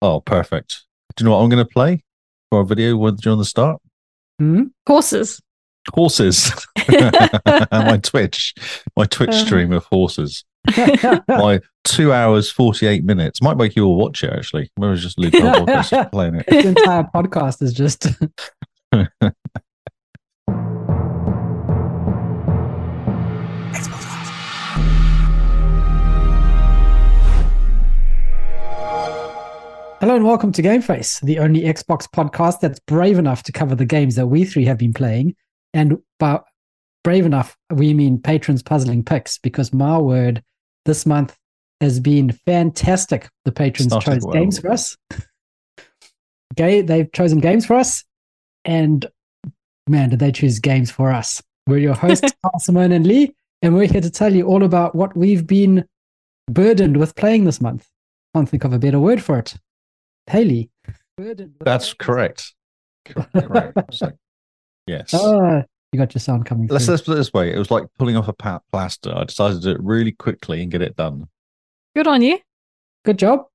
Oh, perfect. Do you know what I'm going to play for our video when, during the start? Hmm? Horses. Horses. my Twitch, my Twitch Uh-huh. stream of horses. yeah, My two hours, 48 minutes. Might make you all watch it, actually. Maybe it's just Luke and Horses playing it. this entire podcast is just Hello and welcome to Game Face, the only Xbox podcast that's brave enough to cover the games that we three have been playing. And by brave enough, we mean patrons puzzling picks, because my word, this month has been fantastic. The patrons Started chose well. games for us. Ga- they've chosen games for us. And man, did they choose games for us. We're your hosts, Carl, Simone, and Lee, and we're here to tell you all about what we've been burdened with playing this month. Can't think of a better word for it. Haley. Burdened with That's playing correct. correct. So, yes. this month. Ah, you got your sound coming Let's, through. let's put it this way. It was like pulling off a pa- plaster. I decided to do it really quickly and get it done. Good on you. Good job.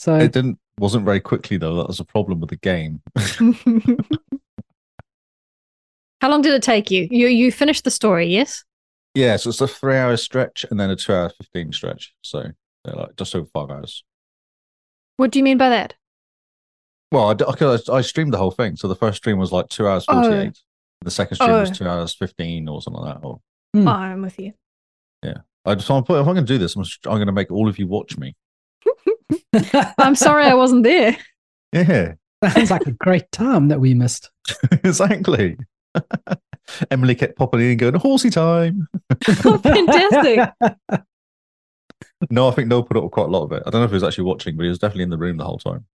So It didn't wasn't very quickly though. That was a problem with the game. How long did it take you? You you finished the story, yes? Yeah, so it's a three hour stretch and then a two hour fifteen stretch. So they're like just over five hours. What do you mean by that? Well, I, d- I could- I streamed the whole thing. So the first stream was like two hours Oh. forty eight. The second stream was Oh. two hours fifteen or something like that. Or Hmm. Oh, I'm with you. I just, I'm, put- if I'm going to do this, I'm, just- I'm going to make all of you watch me. I'm sorry I wasn't there. Yeah, sounds like a great time that we missed. exactly. Emily kept popping in and going horsey time. Fantastic. No, I think Noel put up with quite a lot of it. I don't know if he was actually watching, but he was definitely in the room the whole time.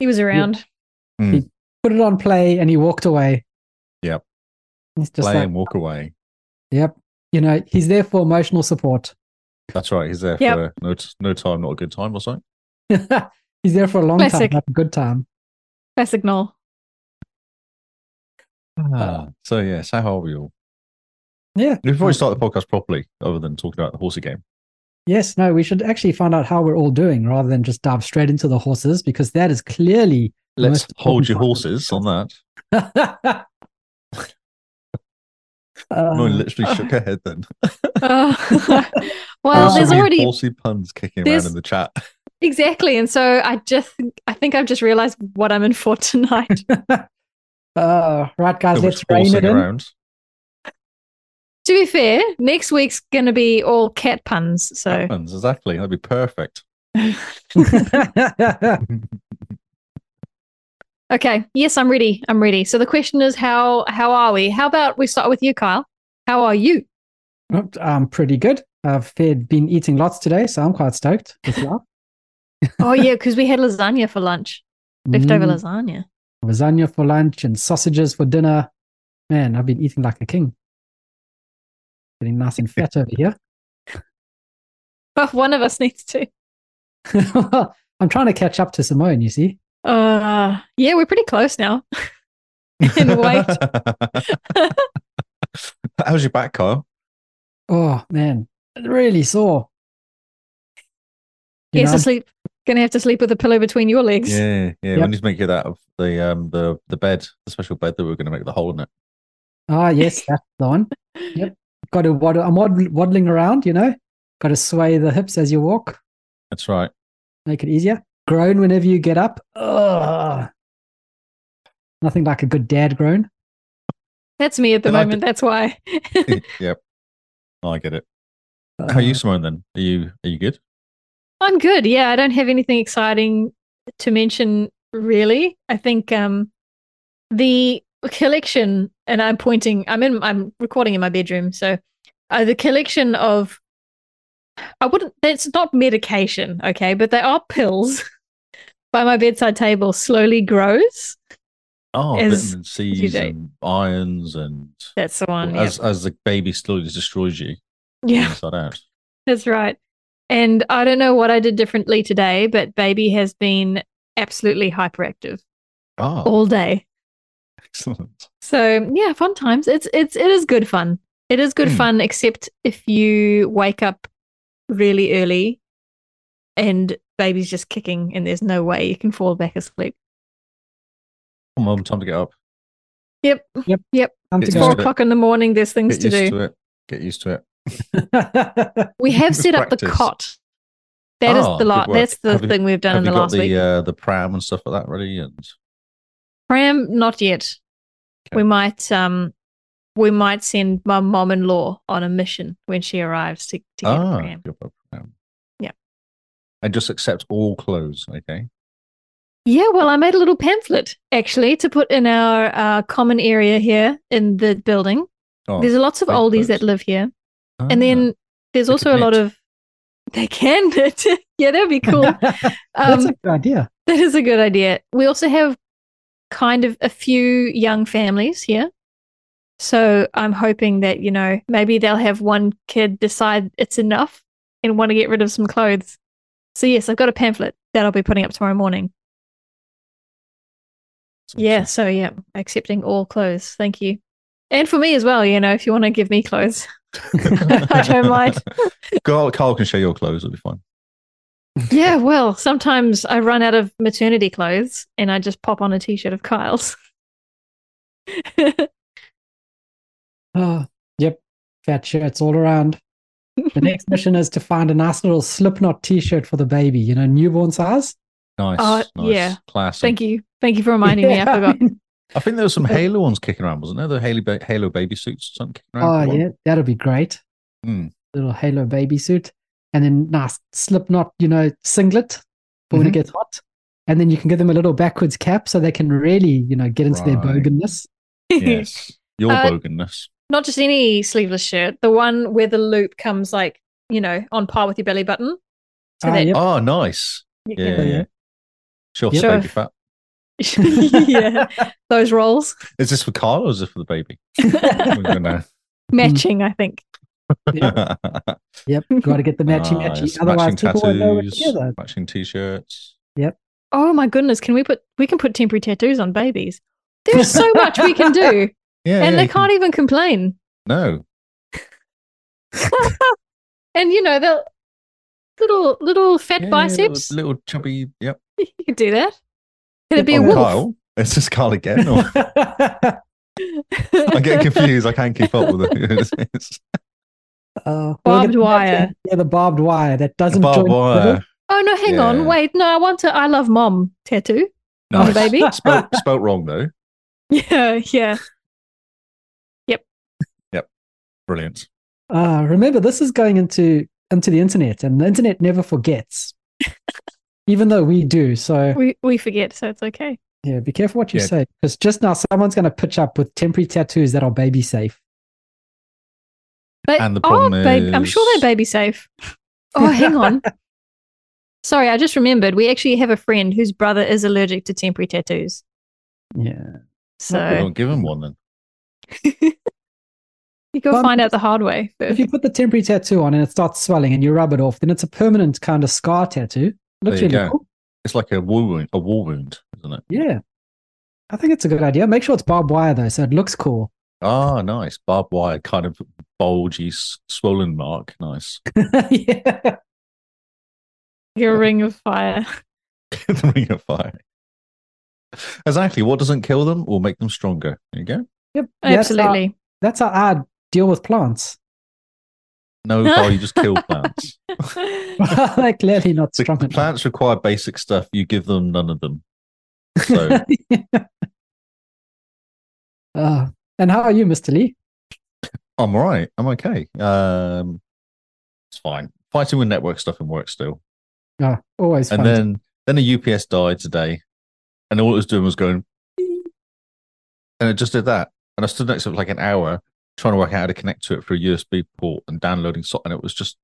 He was around. Put it on play and he walked away. Yep. It's just Play like, and walk away. yep. You know, he's there for emotional support. That's right. He's there Yep. for no t- no time, not a good time or something. he's there for a long Classic. time, not a good time. Classic Noel. Ah, so yes, how are we all? Yeah. We should probably start the podcast properly, other than talking about the horsey game. Yes, no, we should actually find out how we're all doing rather than just dive straight into the horses because that is clearly. the Let's most hold important your part of horses on that. the podcast. Uh, Uh, literally shook her head then. Uh, well, Uh, there's so many already horsey puns kicking there's- around in the chat. exactly, and so I just I think I've just realised what I'm in for tonight. uh, right, guys, So much let's rein it horsing in. around. to be fair, next week's gonna be all cat puns. So Puns, exactly. That'd be perfect. okay, yes, I'm ready. I'm ready. So the question is how how are we? How about we start with you, Kyle? How are you? Nope, I'm pretty good. I've fared, been eating lots today, so I'm quite stoked. With that. Oh yeah, because we had lasagna for lunch. Leftover Mm, lasagna. lasagna for lunch and sausages for dinner. Man, I've been eating like a king. Getting nice and fat over here. Oh, one of us needs to. I'm trying to catch up to Simone, you see. Uh yeah, we're pretty close now. In white. How's your back, Kyle? Oh man, it really sore. You Yes, know, to sleep. Gonna have to sleep with a pillow between your legs. Yeah, yeah. We Yep. need to make it out of the um the the bed, the special bed that we are going to make the hole in it. ah, yes, that's the one. Yep. Got to waddle. I'm waddle- waddling around, you know. Got to sway the hips as you walk, That's right. make it easier. Groan whenever you get up. Ugh. Nothing like a good dad groan. That's me at the And I moment. That's why. yep. I get it. How are you, Uh, Simone? Then are you are you good? I'm good. Yeah, I don't have anything exciting to mention really. I think um the collection and I'm pointing I'm in I'm recording in my bedroom, so uh, the collection of I wouldn't that's not medication, okay, but they are pills by my bedside table slowly grows. Oh, As vitamin C's do. and irons and That's the one. yeah. as as the baby slowly destroys you yeah. inside out. That's right. And I don't know what I did differently today, but baby has been absolutely hyperactive Oh, all day. excellent. So yeah, fun times. It's it's it is good fun. It is good Mm. fun, except if you wake up really early and baby's just kicking, and there's no way you can fall back asleep. Come on, time to get up. Yep, Uh, Time It's to it's used four to it. go. o'clock in the morning. There's things Get to used do. to it. Get used to it. We have set up the Practice. cot. That is Ah, the good lot. work. That's the Have you- thing we've done Have in you the got last the week. uh, the pram and stuff like that ready? And Pram, not yet. We might um we might send my mom in law on a mission when she arrives to, to get ah, Pram. you've got a pram. Yeah. And just accept all clothes, okay? Yeah, well I made a little pamphlet actually to put in our uh, common area here in the building. Oh, there's lots of big oldies clothes. that live here. ah, And then there's They also a could lot knit. of they can knit. yeah, that'd be cool. That's Um, a good idea. That is a good idea. We also have kind of a few young families here. So I'm hoping that, you know, maybe they'll have one kid decide it's enough and want to get rid of some clothes. So, yes, I've got a pamphlet that I'll be putting up tomorrow morning. Yeah. So, yeah, accepting all clothes. Thank you. And for me as well, you know, if you want to give me clothes, I don't mind. Carl, Carl can share your clothes. It'll be fine. Yeah, well, sometimes I run out of maternity clothes and I just pop on a t shirt of Kyle's. Oh, yep. Fat shirts all around. The next mission is to find a nice little Slipknot t-shirt for the baby, you know, newborn size. Nice. Oh, nice. yeah. Classic. Thank you. Thank you for reminding me. I Yeah, forgot. mean, I think there were some Halo ones kicking around, wasn't there? The Halo, ba- Halo baby suits or something kicking oh, around. yeah, that'll be great. Mm. Little Halo baby suit. And then nice Slipknot, you know, singlet for when it Mhm. gets hot. And then you can give them a little backwards cap so they can really, you know, get into their Right. boganness. Yes. Your Uh, boganness. Not just any sleeveless shirt, the one where the loop comes like, you know, on par with your belly button. So Ah, that yep. Oh, nice. you Yeah, yeah. can- yeah. Sure, Yep. Sure. baby fat. yeah. Those rolls Is this for Carl or is it for the baby? We're gonna- matching, I think. Yep, got to get the matchy matchy. Nice. Otherwise, matching people won't know we're tattoos, together. matching t-shirts. Oh my goodness. Can we put, we can put temporary tattoos on babies. There's so much we can do. Yeah, and yeah, they you can- can't even complain. No, And, you know, they'll, little, little fat Yeah, yeah, biceps. little, little chubby. Yep. You could do that. Could it be a On wolf? Oh, Kyle. It's just Carl again. or- I'm getting confused. I can't keep up with it. It's Uh, we'll Barbed get the matching- wire. Yeah, the barbed wire that doesn't barbed join wire. Oh no, hang on, Yeah. wait. No, I want to. I love mom tattoo on the Nice. baby. Spelt, spelt wrong though. yeah, yeah. Brilliant. Uh, remember, this is going into into the internet, and the internet never forgets, even though we do. So We we forget, so it's okay. yeah, be careful what you Yeah. say, because just now someone's going to pitch up with temporary tattoos that are baby safe. But And the problem oh, babe, I'm sure is- they're baby safe. Oh, hang on. Sorry, I just remembered. We actually have a friend whose brother is allergic to temporary tattoos. Yeah, So Well, give him one then. you go Well, find out the hard way. if first. you put the temporary tattoo on and it starts swelling and you rub it off, then it's a permanent kind of scar tattoo. Looks There you really go. cool. It's like a war wound, a war wound, isn't it? Yeah, I think it's a good idea. Make sure it's barbed wire though, so it looks cool. Ah, nice. Barbed wire, kind of bulgy, s- swollen mark. Nice. yeah. Your ring of fire. the ring of fire. Exactly. What doesn't kill them will make them stronger. There you go. Yep. Absolutely. That's how, that's how I deal with plants. No, Carl, you just kill plants. They're clearly not The, strong the enough. plants require basic stuff. You give them none of them. So Uh, and how are you, Mr. Lee? I'm all right. I'm okay. Um, it's fine. Fighting with network stuff and work still. Uh, always fun. And then then a UPS died today, and all it was doing was going, and it just did that. And I stood next to it for like an hour trying to work out how to connect to it through a USB port and downloading so and it was just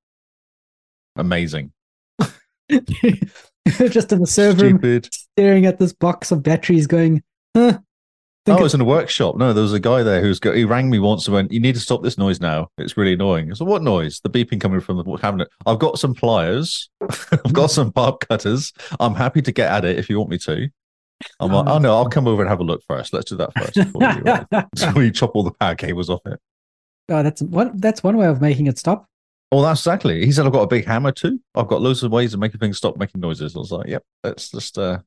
amazing. You're just in the server room Stupid. staring at this box of batteries going, huh? Oh, Think I was in a workshop. No, there was a guy there who's go he rang me once and went, "You need to stop this noise now. It's really annoying." I said, "What noise? The beeping coming from the cabinet." I've got some pliers. I've got some barb cutters. I'm happy to get at it if you want me to. I'm like, Oh. "Oh no, I'll come over and have a look first. Let's do that first before you." oh, So we chop all the power cables off it. that's one, that's one way of making it stop. Well, that's exactly. He said, I've got a big hammer too. I've got loads of ways of making things stop making noises. I was like, yep, that's just, uh,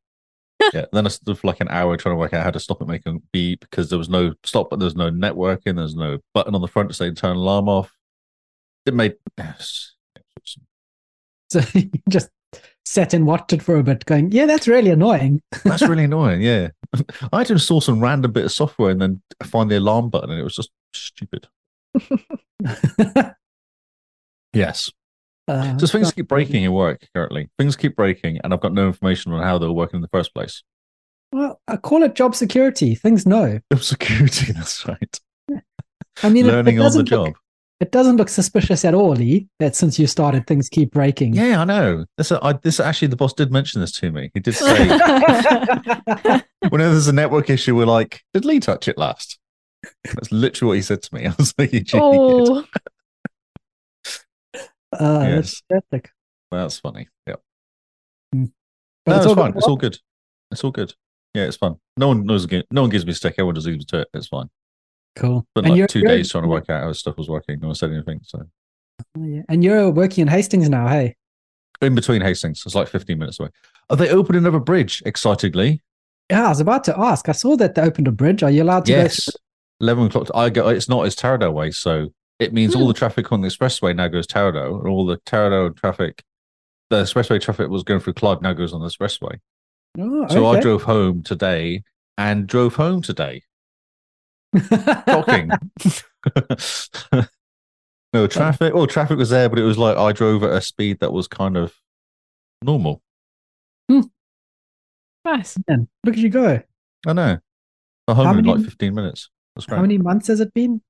yeah. Then I stood for like an hour trying to work out how to stop it making beep because there was no stop, but there's no networking. There's no button on the front to say turn alarm off. It made, So you just sat and watched it for a bit, going, yeah, that's really annoying. that's really annoying. Yeah. I had to install some random bit of software and then find the alarm button and it was just stupid. Yes. Uh, So things so- keep breaking in work currently. Things keep breaking, and I've got no information on how they were working in the first place. well, I call it job security. Things know. Job security, that's right. I mean, it- Learning it, on the doesn't job. Look, it doesn't look suspicious at all, Lee, that since you started, things keep breaking. Yeah, I know. This, uh, I, this actually, the boss did mention this to me. He did say, Uh, whenever there's a network issue, we're like, did Lee touch it last? That's literally what he said to me. I was like, you cheeky kid. oh, Uh, Yes, That's fantastic. that's funny. Yeah, But no, it's, all fine. good. It's all good. It's all good. Yeah, it's fun. No one knows. No one gives me stick. Everyone just leaves it to it. It's fine. Cool. But And you're- like 2 you're- days trying to work out how stuff was working. No one said anything. So Oh, yeah. And you're working in Hastings now, hey? in between Hastings, it's like 15 minutes away. Are they opening another bridge? Excitedly, Yeah, I was about to ask. I saw that they opened a bridge. Are you allowed to go? yes. 11 o'clock. I go. It's not. It's Tarradale Way. So it means all Hmm. the traffic on the expressway now goes Tarradale, and all the Tarradale traffic, the expressway traffic was going through Clive now goes on the expressway. Oh, So I okay. drove home today and drove home today. Shocking. no traffic. Well, traffic was there, but it was like I drove at a speed that was kind of normal. nice. Man, look at you go. I know. I home How in many- like 15 minutes. That's great. How many months has it been?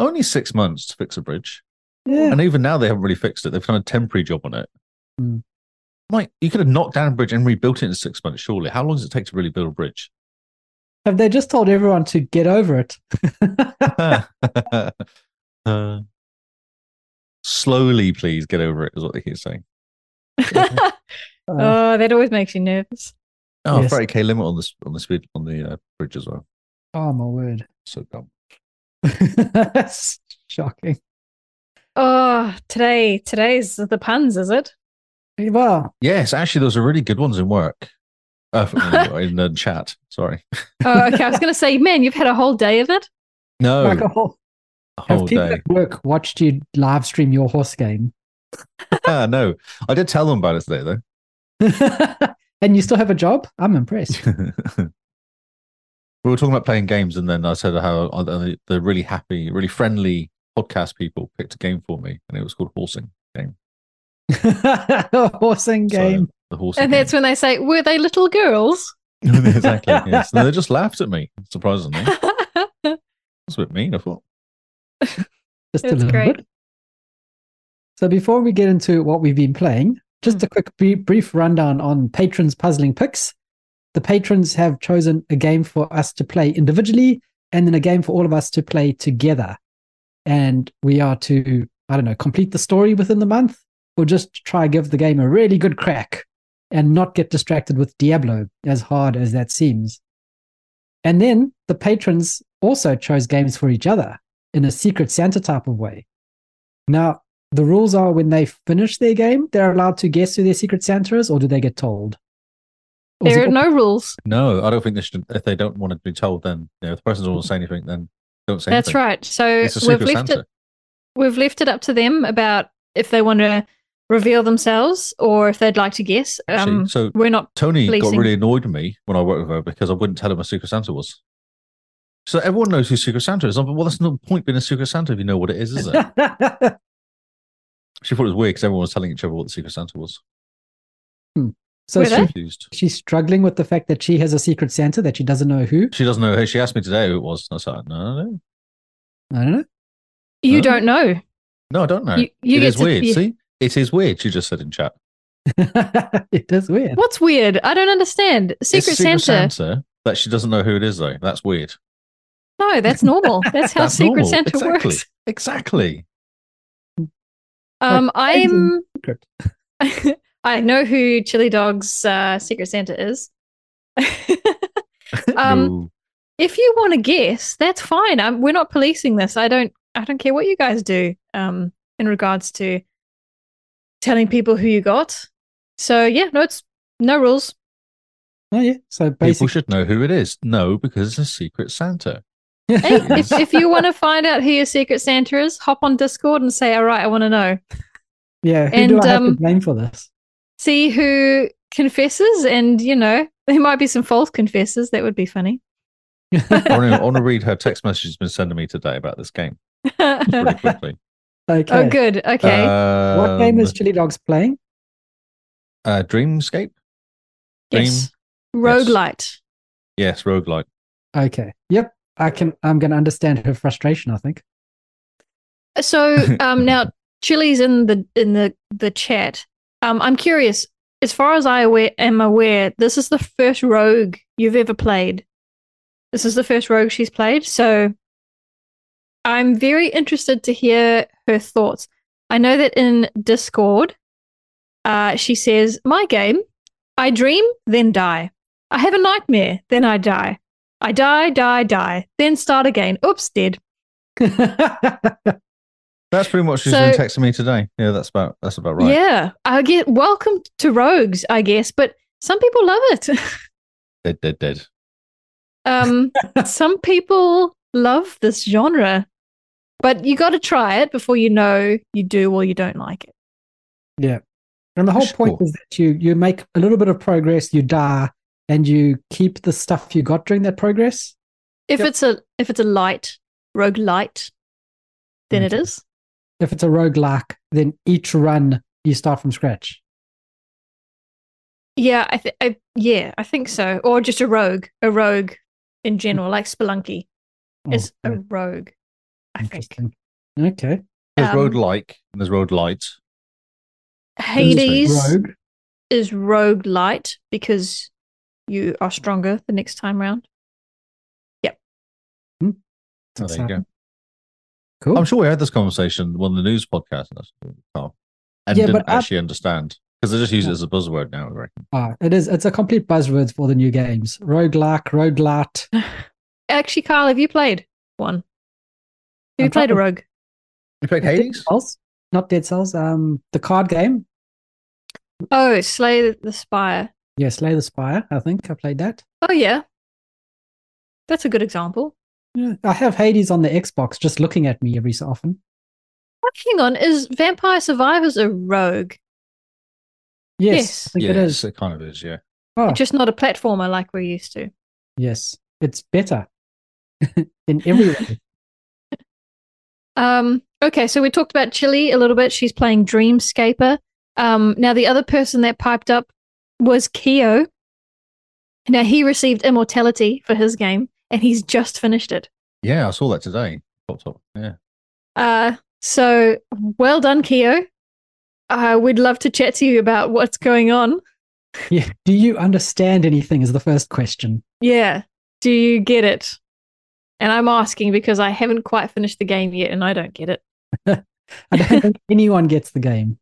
Only six months to fix a bridge. Yeah. And even now, they haven't really fixed it. They've done a temporary job on it. Hmm. Mike, you could have knocked down a bridge and rebuilt it in six months, surely. How long does it take to really build a bridge? Have they just told everyone to get over it? Uh, slowly, please get over it, is what they keep saying. Uh, oh, that always makes you nervous. Oh, Yes. 30k limit on the, s- on the speed on the uh, bridge as well. oh, my word. So dumb. Shocking. Oh, today, today's the puns, is it? Well, Yes, actually, those are really good ones in work. Uh, f- in the chat, sorry. Oh, okay. I was going to say, man, you've had a whole day of it. No, like a whole, a have Oh, whole people day. at work watched you live stream your horse game? Ah, no, I did tell them about it today, though. and you still have a job? I'm impressed. we were talking about playing games, and then I said how uh, the the really happy, really friendly podcast people picked a game for me, and it was called Horsing. Horsing So, game. the horsing. And that's when they say, were they little girls? game. exactly. Yes. And they just laughed at me. Surprisingly, that's a bit mean. I thought. just a That's little great. bit. So before we get into what we've been playing, just Hmm. a quick brie- brief rundown on patrons puzzling picks. The patrons have chosen a game for us to play individually, and then a game for all of us to play together. And we are to, I don't know, complete the story within the month, or just try give the game a really good crack, and not get distracted with Diablo, as hard as that seems. And then the patrons also chose games for each other in a secret Santa type of way. Now, the rules are when they finish their game, they're allowed to guess who their secret Santa is, or do they get told? Or is There are it- no rules. No, I don't think they should. If they don't want to be told, then you know, if the person doesn't want to say anything, then don't say That's anything. right. So It's a we've secret left Santa. it. We've left it up to them about if they want to reveal themselves or if they'd like to guess. Actually, Um, so we're not. Tony got policing. really annoyed at me when I worked with her because I wouldn't tell her what Secret Santa was. So everyone knows who Secret Santa is. I'm like, well, that's no point being a Secret Santa if you know what it is, is it? She thought it was weird because everyone was telling each other what the Secret Santa was. so Were She's they? she, confused. she's struggling with the fact that she has a secret Santa that she doesn't know who. She doesn't know. who- She asked me today who it was. And I was like, no, no, no, I don't know. You Huh? don't know. no, I don't know. You, you it get is to- weird. you- See, it is weird. She just said in chat. it is weird. What's weird? I don't understand. Secret, it's Secret Santa. Santa. that she doesn't know who it is though. That's weird. No, that's normal. That's how That's Secret normal. Santa exactly. works. Exactly. Um, I'm. Secret. I know who Chili Dog's uh, Secret Santa is. Um, No. if you want to guess, that's fine. i we're not policing this. I don't. I don't care what you guys do. Um, in regards to telling people who you got. So yeah, no, it's no rules. Oh yeah. So People basically, should know who it is. No, because it's a secret Santa. Hey, if, if you want to find out who your secret Santa is, hop on Discord and say, all right, I want to know. yeah. Who do and, I have um, to blame for this? See who confesses. And, you know, there might be some false confessors. That would be funny. I want to, I want to read her text message she's been sending me today about this game pretty oh, quickly. okay. good. Okay. What game Um, is Chili Dogs playing? uh, Dreamscape? yes. Yes. Roguelite. Yes, roguelike. Okay. Yep. I can. I'm going to understand her frustration. I think. So um, now Chili's in the in the the chat. Um, I'm curious. As far as I aware, am aware, this is the first rogue you've ever played. This is the first rogue she's played. So I'm very interested to hear her thoughts. I know that in Discord, uh, she says, "My game, I dream, then die. I have a nightmare, then I die. I die, die, die, then start again. Oops, dead." That's pretty much she's So- been texting me today. Yeah, that's about that's about right. Yeah, I get welcome to Rogues, I guess, but some people love it. Dead, dead, dead. Um, some people love this genre, but you got to try it before you know you do or you don't like it. and the whole Sure. point is that you you make a little bit of progress, you die, and you keep the stuff you got during that progress. If Yep. it's a if it's a light rogue light, then it Okay. is. If it's a roguelike, then each run you start from scratch. Yeah, I, th- I yeah, I think so. Or just a rogue, a rogue Mm. in general, like Spelunky is a Okay, rogue. Oh, Mm. I think interesting. Okay. There's Um, roguelike and there's roguelite. Hades. Rogue. is rogue light because you are stronger the next time round. Oh, there you go. Exciting. Cool. I'm sure we had this conversation on the news podcast and oh, and Yeah, didn't but I- actually understand because they just use it as a buzzword now. I reckon. Ah, it is. It's a complete buzzword for the new games. Roguelike, roguelite. Actually, Carl, have you played one? Have you I'm played a trying- rogue? You played Dead Cells? Not Dead Cells. Um, the card game. Oh, Slay the Spire. Yeah, Slay the Spire. I think I played that. Oh yeah, that's a good example. Yeah. I have Hades on the Xbox, just looking at me every so often. Oh, Hang on, is Vampire Survivors a rogue? Yes, Yes. I think it Yes, is. it, kind of is. Yeah, Oh, Just not a platformer like we're used to. yes, it's better in every way. Um, okay, so we talked about Chili a little bit. She's playing Dreamscaper. Um, now, the other person that piped up was Keo. Now, he received Immortality for his game, and he's just finished it. yeah. I saw that today. Popped up. Yeah. Uh, so, well done, Keo. Uh, we'd love to chat to you about what's going on. Yeah. Do you understand anything? Is the first question. Yeah. Do you get it? And I'm asking because I haven't quite finished the game yet, and I don't get it. I don't think anyone gets the game.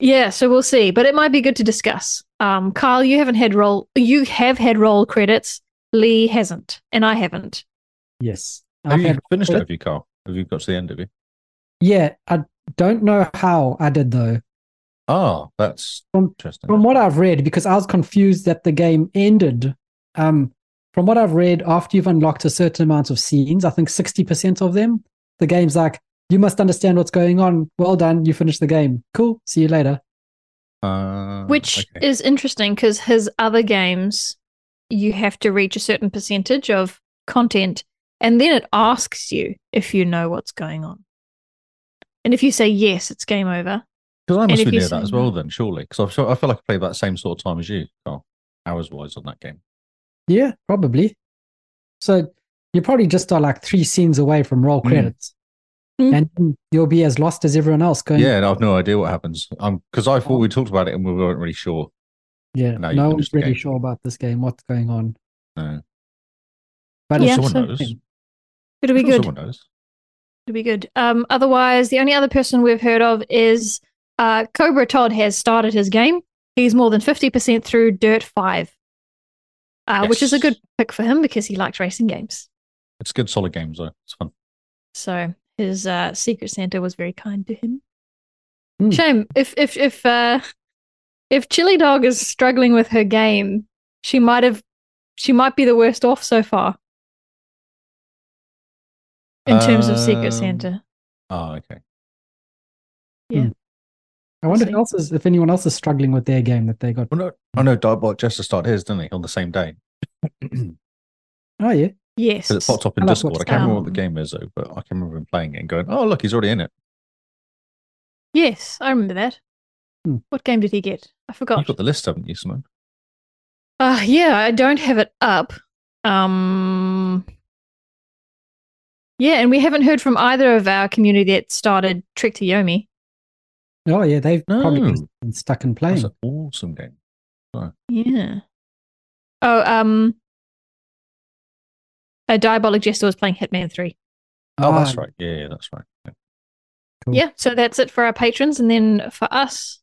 Yeah, so we'll see, but it might be good to discuss. Um, Carl, you haven't had roll, you have had roll credits. Lee hasn't, and I haven't. Yes, Have I've you had- finished it? but- Have you, Carl? Have you got to the end? Have you? yeah. I don't know how I did though. Oh, that's From- interesting. From what I've read, because I was confused that the game ended. Um, from what I've read, after you've unlocked a certain amount of scenes, I think 60% of them, the game's like, you must understand what's going on. Well done. You finished the game. Cool. See you later. Uh, Which okay. is interesting because his other games, you have to reach a certain percentage of content, and then it asks you if you know what's going on. And if you say yes, it's game over. Because I must if be you near that as say- well, then surely. Because I feel, I feel like I played that same sort of time as you, Carl, hours wise on that game. Yeah, probably. So you probably just are like three scenes away from roll Mm. credits. Mm. And you'll be as lost as everyone else going, Yeah, and I've no idea what happens. Um, because I thought we Oh. talked about it and we weren't really sure. yeah No, you no finished one's the really game. sure about this game, what's going on. No. But Well, Yeah, it's someone so- knows. It'll be Sure good. Someone knows. It'll be good. Um, otherwise, the only other person we've heard of is uh, Cobra Todd has started his game. He's more than 50% through Dirt 5, uh, which is a Yes. good pick for him because he likes racing games. It's good, solid games though. It's fun. So his uh, secret Santa was very kind to him. Hmm. Shame if if if uh, if Chili Dog is struggling with her game, she might have she might be the worst off so far in terms of Um, Secret Santa. Oh, okay. I wonder if, See. else is, if anyone else is struggling with their game that they got. Well, no, I know Darkbot Jester started his, didn't he, on the same day? Because Oh, yeah. Yes, it popped up in I like Discord. what's I can't remember what down. the game is, though, but I can remember him playing it and going, oh, look, he's already in it. yes, I remember that. Hmm. What game did he get? I forgot. You've got the list, haven't you, Simon? Uh, yeah, I don't have it up. Um, yeah, and we haven't heard from either of our community that started Trick to Yomi. Oh, yeah. They've probably No. just been stuck in Oh. playing. Hmm. That's an awesome game. Yeah. Oh, um, a Diabolic Jester was playing Hitman 3. Oh, Ah, that's right. Yeah, yeah, that's right. Yeah. Hmm. Cool. Yeah, so that's it for our patrons. And then for us,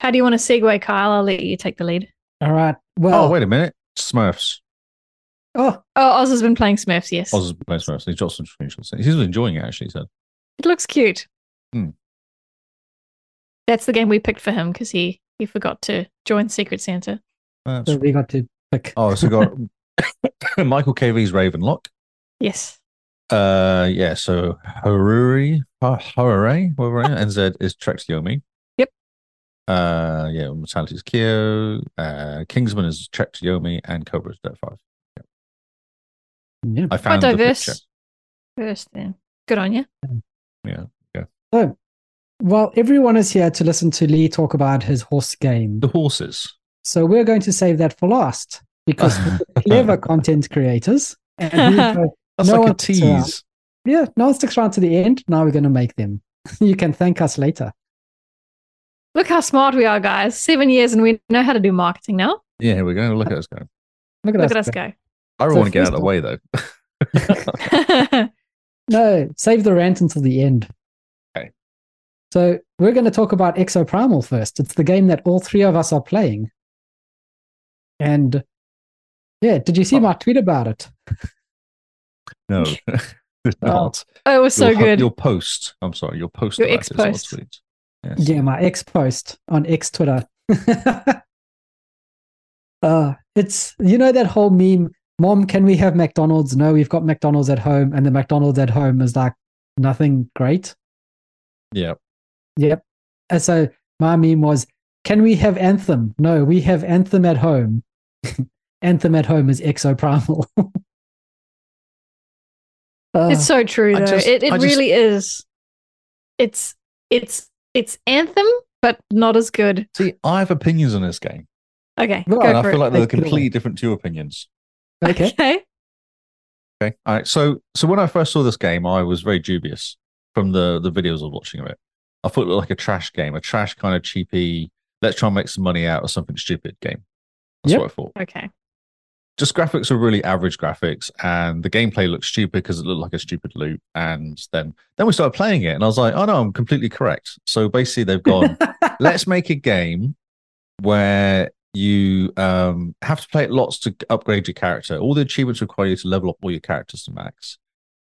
how do you want to segue, Kyle? I'll let you take the lead. All right. Well, Oh, wait a minute. Smurfs. oh, Oh, Oz has been playing Smurfs, yes. Oz is playing Smurfs. He's got some screenshots. He's enjoying it, actually, he said. It looks cute. Hmm. That's the game we picked for him because he, he forgot to join Secret Santa. That's so we got to pick. Oh, so we got Michael KV's Ravenlock. Yes. Uh, yeah. So Haruri, Ha- Harare, whatever it is, NZ is Trex Yomi. Yep. Uh, yeah. Mortality is Kyo. Uh, Kingsman is Trex Yomi, and Cobra is Dirt Five. Yeah. I quite found the picture. diverse. Diverse then. Good on you. Well, everyone is here to listen to Lee talk about his horse game. The horses. So we're going to save that for last because we're clever content creators. And we go, That's No like a one sticks around. tease. yeah, no one sticks around to the end. Now we're going to make them. you can thank us later. Look how smart we are, guys. Seven years and we know how to do marketing now. Yeah, we're going to look at us go. Look at Look us. at us go. go. I So want to get out of first the off- way though. No, save the rant until the end. Okay. So we're going to talk about Exoprimal first. It's the game that all three of us are playing. And yeah, did you see Oh. my tweet about it? No, it's not. oh, it was so Your hu- good. Your post. I'm sorry. Your post. Your about it is not ex-post. tweet. Yes. Yeah, my ex post on ex Twitter. uh, it's, you know, that whole meme, Mom, can we have McDonald's? No, we've got McDonald's at home. And the McDonald's at home is like nothing great. Yeah. Yep. And so my meme was, can we have Anthem? No, we have Anthem at home. Anthem at home is exoprimal. uh, it's so true I though. just- it it I just- really is. It's it's it's anthem, but not as good. See, I have opinions on this game, Okay. Well, go and I for feel it. like they're Take it away. completely different to your opinions. okay. okay. Okay. All right. So, so when I first saw this game, I was very dubious from the the videos I was watching of it. I thought it looked like a trash game, a trash kind of cheapy. Let's try and make some money out of something stupid game. That's Yep. what I thought. Okay. Just graphics are really average graphics, and the gameplay looked stupid because it looked like a stupid loop. And then then we started playing it, and I was like, oh no, I'm completely correct. So basically, they've gone. let's make a game where you um, have to play it lots to upgrade your character. All the achievements require you to level up all your characters to max.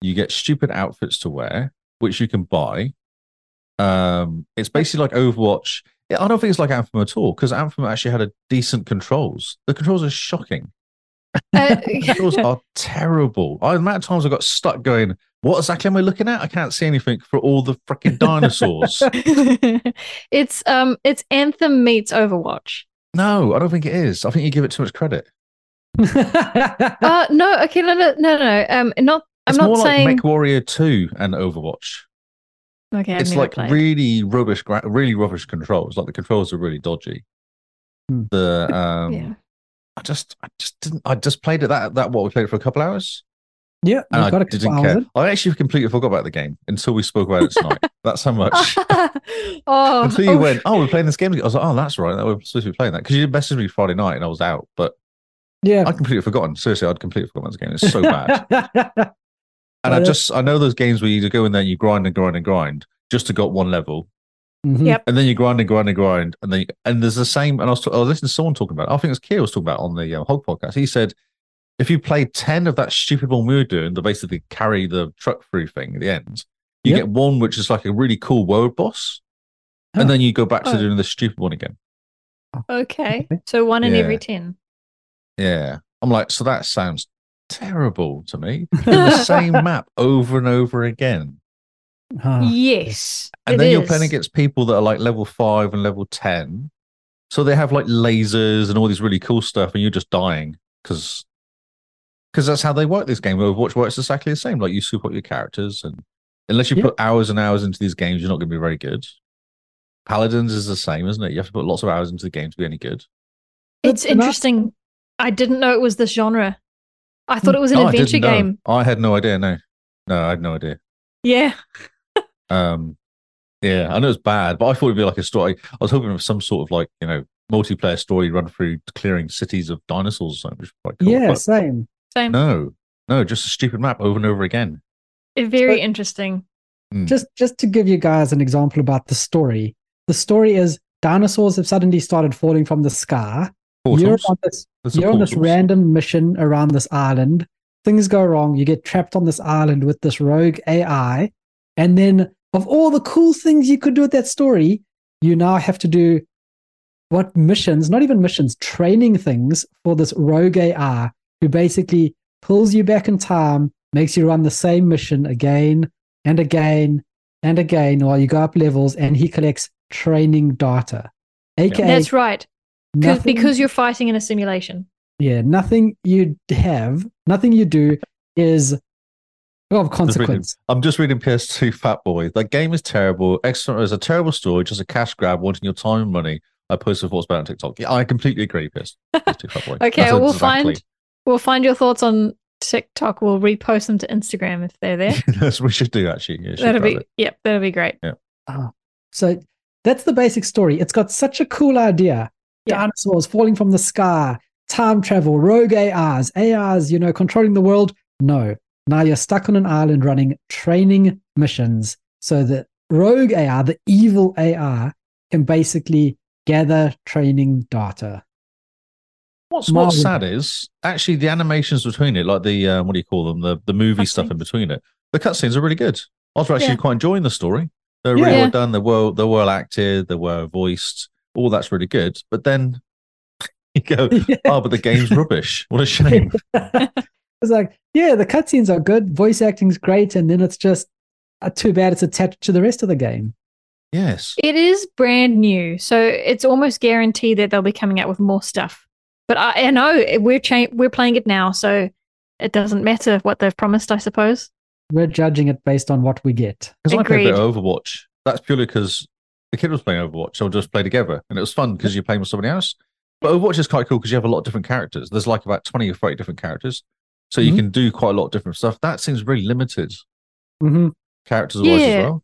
You get stupid outfits to wear, which you can buy. Um, it's basically like Overwatch. I don't think it's like Anthem at all because Anthem actually had a decent controls. The controls are shocking. The controls Uh, are terrible. I, the amount of times I got stuck going, "What exactly am I looking at? I can't see anything for all the freaking dinosaurs." Uh, it's um it's anthem meets Overwatch. no, I don't think it is. I think you give it too much credit. Uh no, okay, no no no no. Um not I'm it's not more saying like Mech Warrior 2 and Overwatch. Okay, I've it's never like played. really rubbish, gra- really rubbish controls. Like the controls are really dodgy. Hmm. The um, yeah. I just, I just didn't. I just played it that that what we played it for a couple hours, yeah, and we've got I a couple didn't hours care. in. I actually completely forgot about the game until we spoke about it tonight. that's how much. oh, Until you oh, went, oh, we're playing this game. again." I was like, oh, that's right. That we're supposed to be playing that because you messaged me Friday night and I was out, but Yeah. I'd completely forgotten. Seriously, I'd completely forgotten about this game. It's so bad. And Oh, I yeah. just I know those games where you go in there and you grind and grind and grind just to got one level, Mhm. Yep. and then you grind and grind and grind, and then and there's the same. And I was, I was listening to someone talking about. It. I think it was Keir was talking about it on the uh, Hog podcast. He said if you play ten of that stupid one we were doing, the basically carry the truck through thing at the end, You Yep. get one which is like a really cool world boss, Oh. and then you go back to Oh. doing the stupid one again. Okay. So one in Yeah. every 10. Yeah. I'm like, so that sounds terrible to me. Doing the same map over and over again. Ah, yes. And it then you're playing is. against people that are like level five and level 10. So they have like lasers and all these really cool stuff, and you're just dying because because that's how they work this game. Overwatch works exactly the same. Like you soup up your characters, and unless you Yeah. put hours and hours into these games, you're not going to be very good. Paladins is the same, isn't it? You have to put lots of hours into the game to be any good. It's That's enough. interesting. I didn't know it was this genre. I thought it was an Oh, I didn't adventure know. game. I had no idea. No, no, I had no idea. Yeah. Um, yeah, I know it's bad, but I thought it'd be like a story. I was hoping for some sort of like you know multiplayer story run through clearing cities of dinosaurs or something, which is quite cool. yeah, but same. Same. no, no, just a stupid map over and over again. Eh, Very interesting. Just just to give you guys an example about the story. The story is dinosaurs have suddenly started falling from the sky. You're Portals. on this There's some you're on this portals. random mission around this island. Things go wrong. You get trapped on this island with this rogue AI. And then, of all the cool things you could do with that story, you now have to do what missions, not even missions, training things for this rogue AI who basically pulls you back in time, makes you run the same mission again and again and again while you go up levels and he collects training data. AKA, That's right. 'Cause- nothing- Because you're fighting in a simulation. yeah, nothing you have, nothing you do is of consequence. I'm just reading PS2 Fat Boy. That game is terrible. Excellent is a terrible story, just a cash grab, wanting your time and money. I posted thoughts about it on TikTok. Yeah, I completely agree, PS2 Fat Boy. Okay, That's we'll exactly- find we'll find your thoughts on TikTok. We'll repost them to Instagram if they're there. That's what we should do actually. Yeah, should that'll grab be it. yep, that'll be great. So that's the basic story. It's got such a cool idea. Yeah. Dinosaurs falling from the sky, time travel, rogue ARs, ARs, you know, controlling the world. No. Now you're stuck on an island running training missions. So the rogue AR, the evil AR, can basically gather training data. What's what's Marvel. sad is actually the animations between it, like the uh, what do you call them, the the movie stuff in between it. The cutscenes are really good. I was actually Yeah. quite enjoying the story. They're really Yeah. well done. They were they were well acted. They were voiced. All that's really good. But then you go, oh, but the game's rubbish. What a shame. it's like, yeah, the cutscenes are good, voice acting's great, and then it's just uh, too bad it's attached to the rest of the game. yes. It is brand new, so it's almost guaranteed that they'll be coming out with more stuff. But I, I know eh, we're cha- we're playing it now, so it doesn't matter what they've promised, I suppose. We're judging it based on what we get. Because I played a bit Agreed. of Overwatch. That's purely because the kid was playing Overwatch. So we'll just play together. And it was fun because you're playing with somebody else. But Overwatch is quite cool because you have a lot of different characters. There's like about 20 or 30 different characters. So you Mm-hmm. Mhm. can do quite a lot of different stuff. That seems really limited Mm-hmm. characters wise Yeah. as well.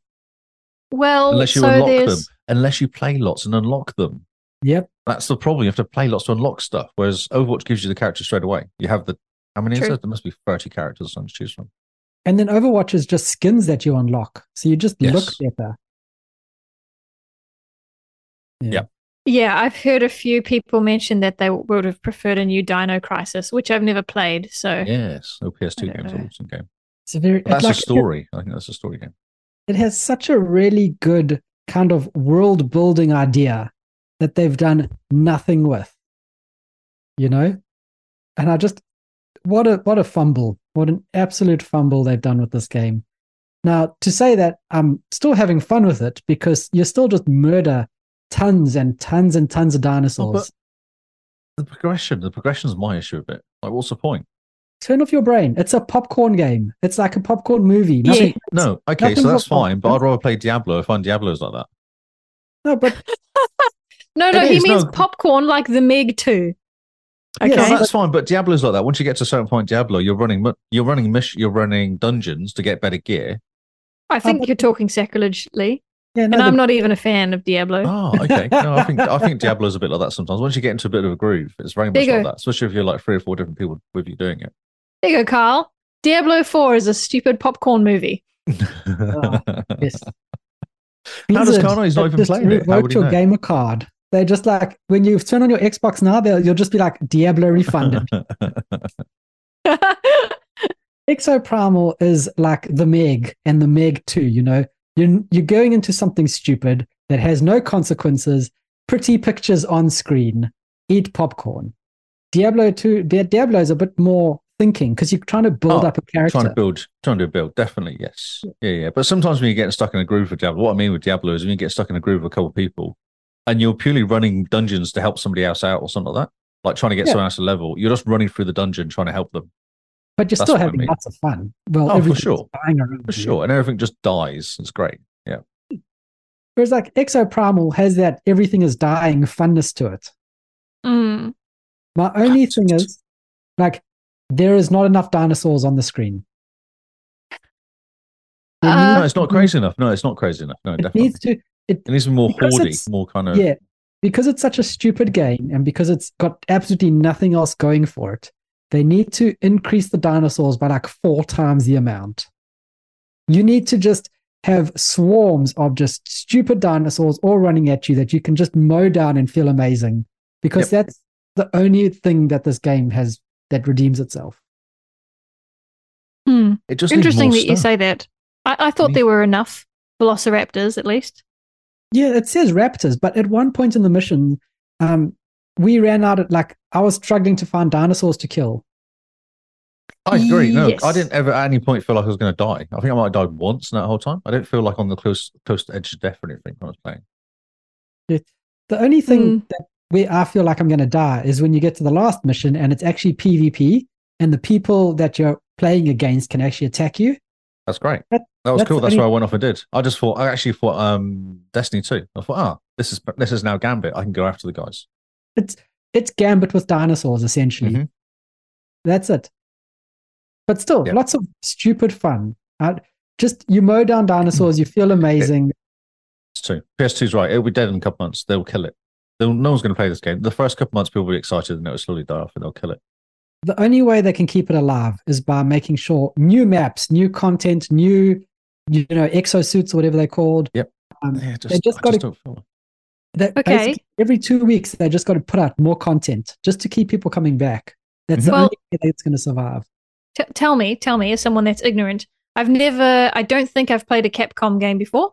Well, Unless you so unlock there's them. Unless you play lots and unlock them. Yep. That's the problem. You have to play lots to unlock stuff. Whereas Overwatch gives you the characters straight away. You have the how many is True. there? There must be 30 characters or something to choose from. And then Overwatch is just skins that you unlock. So you just Yes. look better. yeah, I've heard a few people mention that they would have preferred a new Dino Crisis, which I've never played. So Yes. Oh, No PS2 I don't games. know. Awesome game. It's a very But that's it's a like- story. I think that's a story game. it has such a really good kind of world building idea that they've done nothing with you know and i just what a what a fumble what an absolute fumble they've done with this game now to say that i'm still having fun with it because you still just murder tons and tons and tons of dinosaurs The progression, the progression's my issue with it. Like, what's the point? turn off your brain it's a popcorn game it's like a popcorn movie Yeah. Nothing- No, okay, nothing so that's wrong. fine, but I'd rather play Diablo. I find Diablo's like that. no but no, no, It he is, means no. popcorn like the Meg Two. Yeah, Okay, No, but- that's fine, but Diablo's like that. Once you get to a certain point, Diablo, you're running, mu- you're running, miss- you're running dungeons to get better gear. I think you're talking sacrilege, Lee, yeah no and the- I'm not even a fan of Diablo. Oh, okay. No, I think I think Diablo's a bit like that sometimes. Once you get into a bit of a groove, it's very much Bigger. like that. Especially if you're like three or four different people with you doing it. There you go, Carl. Diablo 4 is a stupid popcorn movie. Yes. How does Blizzard Carl know he's not have even just playing it? How revoked would he your know? gamer card. They're just like when you turn on your Xbox now, they'll you'll just be like Diablo refunded. I Exoprimal is like the Meg and the Meg 2, you know. You're, you're going into something stupid that has no consequences, pretty pictures on screen, eat popcorn. Diablo 2, Di- Diablo is a bit more thinking because you're trying to build Oh, up a character. Trying to build, trying to build, definitely, yes. Yeah, yeah. But sometimes when you get stuck in a groove of Diablo, what I mean with Diablo is when you get stuck in a groove of a couple of people and you're purely running dungeons to help somebody else out or something like that, like trying to get Yeah. someone else to level, you're just running through the dungeon trying to help them but you're that's still what I having mean. lots of fun. Well, Oh, for everything's sure. flying around for you. sure. And everything just dies. It's great. Whereas like Exoprimal has that everything is dying funness to it. Mm. My only thing is, like, there is not enough dinosaurs on the screen. There Uh, no, it's not crazy enough. No, it's not crazy enough. No, need- it Oh, definitely. needs to, it needs to be more because hoardy, it's- more kind of. yeah, because it's such a stupid game and because it's got absolutely nothing else going for it. They need to increase the dinosaurs by like four times the amount. You need to just have swarms of just stupid dinosaurs all running at you that you can just mow down and feel amazing because that's the only thing that this game has that redeems itself. Hmm. It just Interesting that needs more you stuff. say that. I, I thought Needs- there were enough velociraptors, at least. Yeah, it says raptors, but at one point in the mission, um, we ran out of like I was struggling to find dinosaurs to kill. I agree. No, Yes. I didn't ever at any point feel like I was going to die. I think I might have died once in that whole time. I didn't feel like on the close close edge of death or anything when I was playing. The only thing Mm. that where I feel like I'm going to die is when you get to the last mission and it's actually PvP, and the people that you're playing against can actually attack you. That's great. That- that was that's cool. the That's only- why I went off and did. I just thought I actually thought um Destiny two. I thought ah this is this is now Gambit. I can go after the guys. It's Gambit with dinosaurs, essentially. Mhm. That's it. But still, Yeah. lots of stupid fun. Uh, just you mow down dinosaurs, you feel amazing. It's two. PS 2s right. It'll be dead in a couple months. They'll kill it. They'll, no one's going to play this game. The first couple months people will be excited and it'll slowly die off and they'll kill it. the only way they can keep it alive is by making sure new maps, new content, new you know exosuits or whatever they're called. Yep. Um, Yeah, just, They just I gotta- just don't feel. that Okay. basically Every two weeks, they just got to put out more content just to keep people coming back. That's the Well- only way that's going to survive. T- tell me, tell me, as someone that's ignorant, I've never, I don't think I've played a Capcom game before.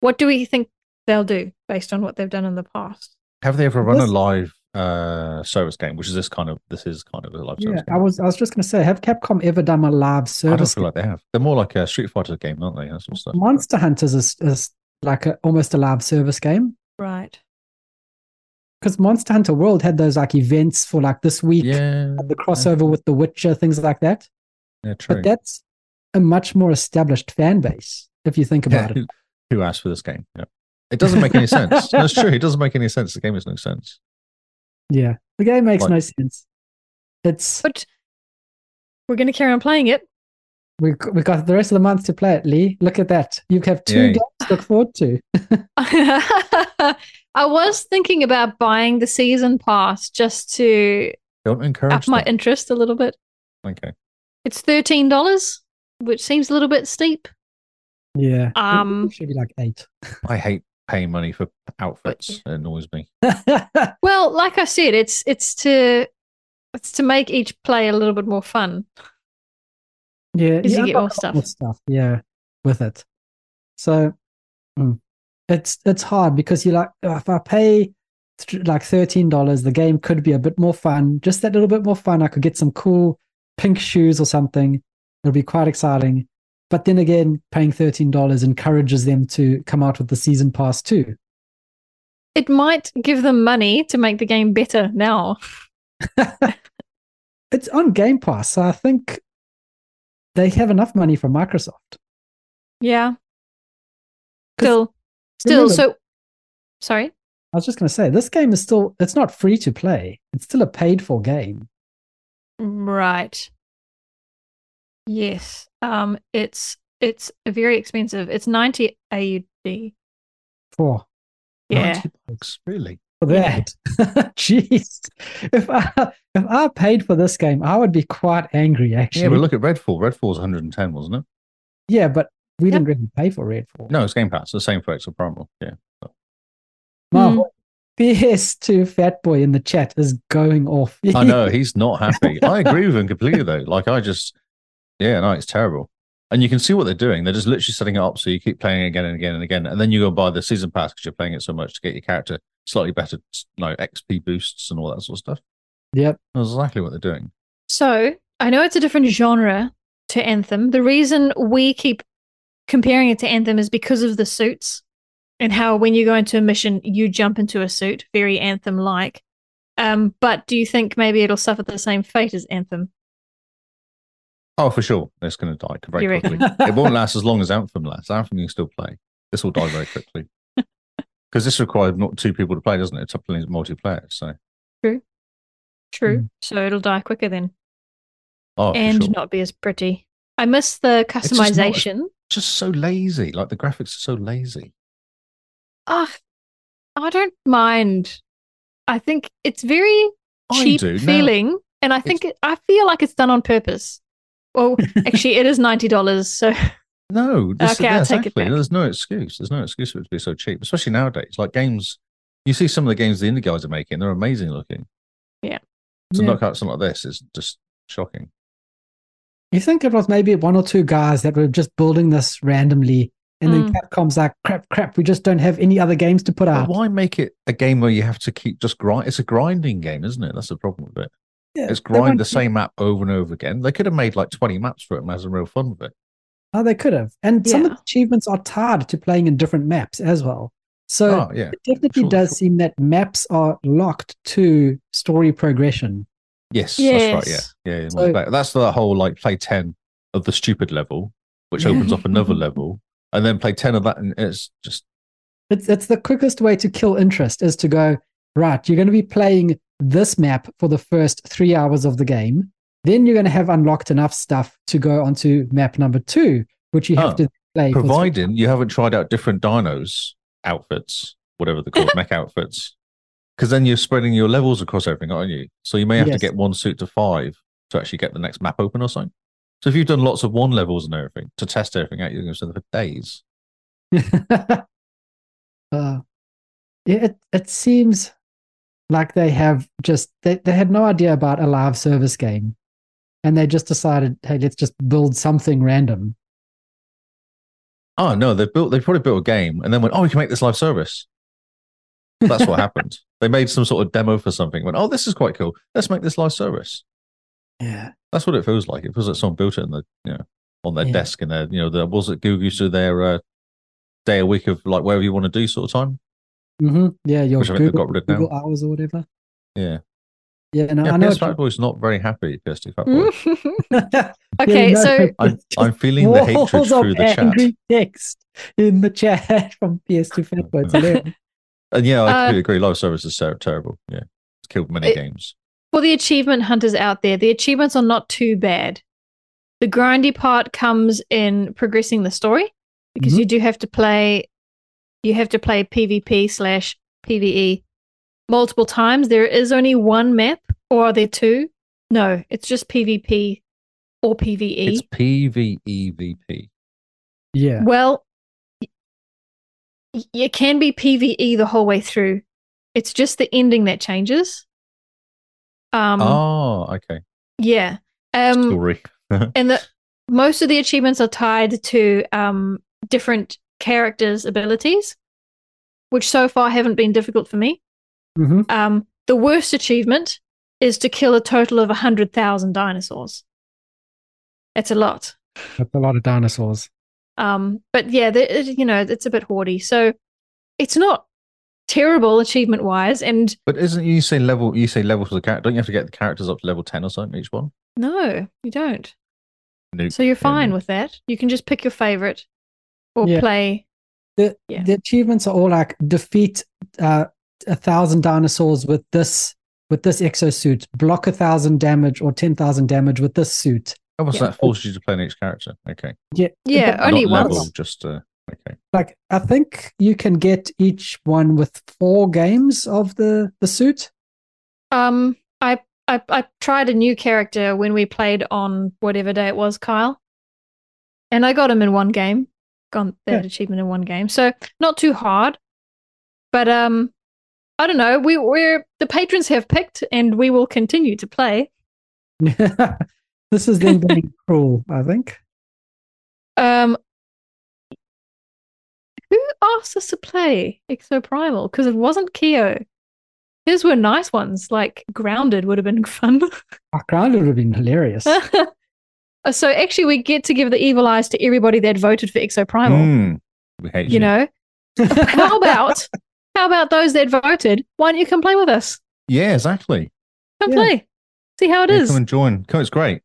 What do we think they'll do based on what they've done in the past? Have they ever run This- a live uh service game? Which is this kind of this is kind of a live Yeah, service I game. was I was just going to say, have Capcom ever done a live I don't service? feel like they have. They're more like a Street Fighter game, aren't they? That sort of stuff. Monster Hunters is, is like a, almost a live service game Right. because Monster Hunter World had those like events for like this week, Yeah, the crossover with The Witcher, things like that. yeah, true. But that's a much more established fan base if you think Yeah, about who, it. who asked for this game? Yeah. It doesn't make any sense. That's true. It doesn't make any sense. The game makes no sense. Yeah. The game makes Like- no sense. It's But we're going to carry on playing it. we we got the rest of the month to play it, Lee. Look at that. You have two Yay. games to look forward to. I was thinking about buying the season pass just to Don't up encourage my them. interest a little bit. okay. It's thirteen dollars, which seems a little bit steep. Yeah. Um, It should be like eight. I hate paying money for outfits. It annoys me. Well, like I said, it's it's to it's to make each play a little bit more fun. yeah. Because you yeah, get I've got more a lot stuff. Yeah. With it. So mm, it's it's hard because you're like, "Oh, if I pay th- like $13, the game could be a bit more fun. Just that little bit more fun. I could get some cool pink shoes or something. It'll be quite exciting. But then again, paying $13 encourages them to come out with the season pass too. It might give them money to make the game better now. it's on Game Pass, so I think they have enough money from Microsoft. Yeah. 'Cause Still, still. remember- So, sorry. I was just going to say this game is still it's not free to play. It's still a paid for game. Right. Yes. Um. It's it's very expensive. It's ninety AUD. For Yeah. 90 bucks, really? for Yeah. that. Jeez. If I if I paid for this game, I would be quite angry actually. Yeah, but look at Redfall. Redfall's 110, wasn't it? Yeah, but we Yep. didn't really pay for Redfall. No, it's Game Pass. The same for Exoprimal. Yeah. My Hmm. Mm. whole PS2 fat boy in the chat is going off. I know he's not happy. I agree with him completely though. Like I just Yeah, no, it's terrible. And you can see what they're doing. They're just literally setting it up so you keep playing again and again and again. And then you go and buy the season pass because you're playing it so much to get your character slightly better, no XP boosts and all that sort of stuff. Yep. That's exactly what they're doing. So I know it's a different genre to Anthem. The reason we keep comparing it to Anthem is because of the suits and how when you go into a mission, you jump into a suit, very Anthem like. Um, but do you think maybe it'll suffer the same fate as Anthem? Oh, for sure. It's going to die very You reckon? quickly. it won't last as long as Anthem lasts. Anthem you can still play. This will die very quickly. Because this requires not two people to play, doesn't it? It's up to multiplayer. So, True. Mm. So it'll die quicker then oh, Hmm. for and sure. not be as pretty. I miss the just not as- customization. just so lazy. Like the graphics are so lazy. Ah, I don't mind. I think it's very I cheap do now. feeling, and I think it, I feel like it's done on purpose. Well, actually, it is ninety dollars, so No, this, Okay, yeah, I'll take it exactly. back. There's no excuse. There's no excuse for it to be so cheap, especially nowadays. Like games, you see some of the games the indie guys are making; they're amazing looking. Yeah. To Yeah. knock out something like this is just shocking. You think it was maybe one or two guys that were just building this randomly, and then Mm. Capcom's like, crap, crap, we just don't have any other games to put But out. why make it a game where you have to keep just grind? It's a grinding game, isn't it? That's the problem with it. Yeah, It's they won't grind the keep- same map over and over again. They could have made like 20 maps for it and had some real fun with it. Oh, they could have. And some of Yeah. the achievements are tied to playing in different maps as well. So oh, yeah. it definitely sure, does sure. seem that maps are locked to story progression. Yes, that's right. Yes. Yeah, yeah. yeah, So- back- that's the whole like play ten of the stupid level, which opens up another level, and then play ten of that, and it's just It's it's the quickest way to kill interest is to go, right, you're going to be playing this map for the first three hours of the game. Then you're going to have unlocked enough stuff to go onto map number two, which you have Oh. to play. for three- providing you haven't tried out different dinos outfits, whatever they're called, mech outfits, because then you're spreading your levels across everything, aren't you? So you may have Yes. to get one suit to five to actually get the next map open or something. So if you've done lots of one levels and everything to test everything out, you're going to spend for days. uh, yeah, it it seems like they have just they, they had no idea about a live service game, and they just decided, hey, let's just build something random. Oh no, they've built they've probably built a game and then went, Oh, we can make this live service. That's what happened. They made some sort of demo for something, went, Oh, this is quite cool. Let's make this live service. Yeah, That's what it feels like. It feels like someone built it in the you know, on their Yeah. desk and their you know, there was it Google used to their uh, day a week of like wherever you want to do sort of time. hmm yeah, your Which I think they've Google, got rid of now. Google hours or whatever. Yeah. Yeah, and I Yeah, know. PS Fat Boy's not very happy, PS2 Fat Mm. Boy. okay, okay. so I'm I'm feeling the hatred through the chat. angry text in the chat from PS2 fanboys. It's hilarious. And yeah, I Uh, completely agree. Live service is ter- terrible. Yeah. It's killed many It- games. for the achievement hunters out there, the achievements are not too bad. The grindy part comes in progressing the story because Mm-hmm. you do have to play you have to play PvP slash PvE multiple times. There is only one map, or are there two? No, it's just PvP or E. PvE. It's E PVEVP. yeah, Well, y- y- it can be PVE the whole way through. It's just the ending that changes. Um, oh, okay. yeah. Um, Story. and the most of the achievements are tied to um different characters' abilities, which so far haven't been difficult for me. hmm Um, the worst achievement is to kill a total of hundred thousand dinosaurs. It's a lot. that's a lot of dinosaurs. Um, but yeah, the, it- you know, it's a bit hoardy. So it's not terrible achievement wise. And But isn't you say level? You say level for the character. Don't you have to get the characters up to level ten or something each one? no, you don't. Nope. So you're fine Yeah. with that. You can just pick your favorite or Yeah. play. The Yeah. the achievements are all like defeat uh, a thousand dinosaurs with this with this exosuit, block a thousand damage or ten thousand damage with this suit. Oh, well, so Yeah. that forces you to play an each character. Okay. Yeah, Yeah, but- only Not once. level, just uh, okay. Like I think you can get each one with four games of the the suit. Um, I, I, I tried a new character when we played on whatever day it was, Kyle. And I got him in one game, got that Yeah. achievement in one game. So not too hard. But um, I don't know. We, we're the patrons have picked and we will continue to play. This is them being cruel, I think. Um, who asked us to play Exoprimal? Because it wasn't Keo. His were nice ones, like Grounded would have been fun. Oh, Grounded would have been hilarious. Uh, so actually, we get to give the evil eyes to everybody that voted for Exoprimal. Mm. We hate You know, how about how about those that voted? Why don't you come play with us? Yeah, exactly. Come Yeah. play, see how it Yeah, is. Come and join. Come, it's great.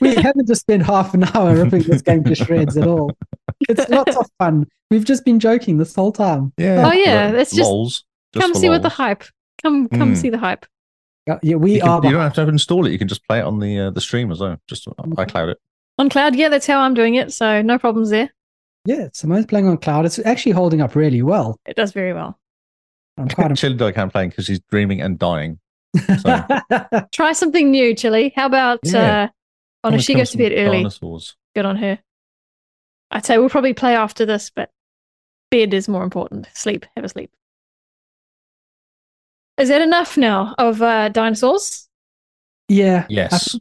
we haven't just spent half an hour ripping this game to shreds at all. It's lots of fun. We've just been joking this whole time. Yeah. Oh, yeah, Look, it's just- lols. Just come for see what the lols. hype. Come come Mm. see the hype. Uh, Yeah, we You, can- are. you don't have to install it. You can just play it on the uh, the stream as well. Just Mm-hmm. iCloud it. On cloud, yeah, that's how I'm doing it. So no problems there. Yeah, Simone's playing on cloud. It's actually holding up really well. It does very well. I'm quite impressed. Chili dog can't play because she's dreaming and dying. So, Try something new, Chili. How about Yeah. uh, Honor? always She comes goes to from bed early. Dinosaurs. Good on her. I'd say we'll probably play after this, but bed is more important. Sleep. Have a sleep. Is that enough now of uh, dinosaurs? yeah, Yes.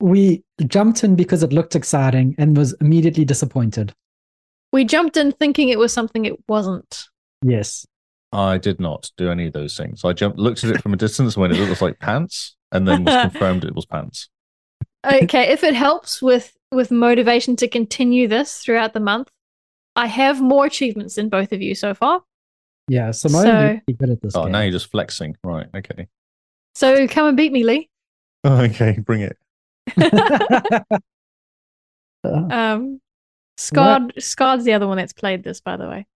we jumped in because it looked exciting and was immediately disappointed. We jumped in thinking it was something it wasn't. Yes. I did not do any of those things. I jumped, looked at it from a distance when it looked like pants, and then was confirmed it was pants. okay if it helps with with motivation to continue this throughout the month i have more achievements than both of you so far Yeah, Simone So- is really good at this Oh, game. now you're just flexing, right? Okay, so come and beat me lee okay, bring it. Uh, um Scard, Scard's the other one that's played this, by the way.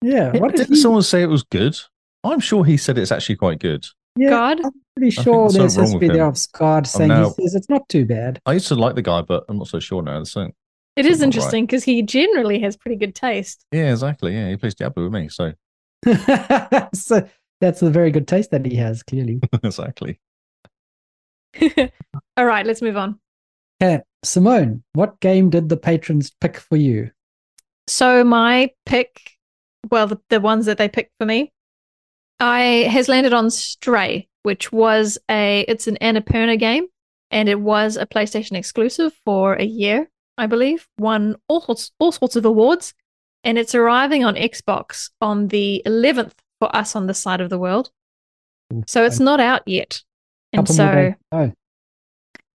yeah, what did Didn't he, someone say it was good? I'm sure he said it's actually quite good. yeah, God, I'm pretty think sure there's there's something this wrong with video him. Oh, of Scott saying now- he says it's not too bad. I used to like the guy, but I'm not so sure now. So, it is Alright. interesting because he generally has pretty good taste. yeah, exactly. Yeah, he plays Diablo with me, so so that's a very good taste that he has, clearly. exactly. All right, let's move on. Okay, Uh, Simone, what game did the patrons pick for you? So my pick, well, the, the ones that they picked for me, I has landed on Stray, which was a it's an Annapurna game, and it was a PlayStation exclusive for a year, I believe. Won all sorts all sorts of awards, and it's arriving on Xbox on the 11th for us on this side of the world. So it's not out yet, and Couple so. more days. Oh,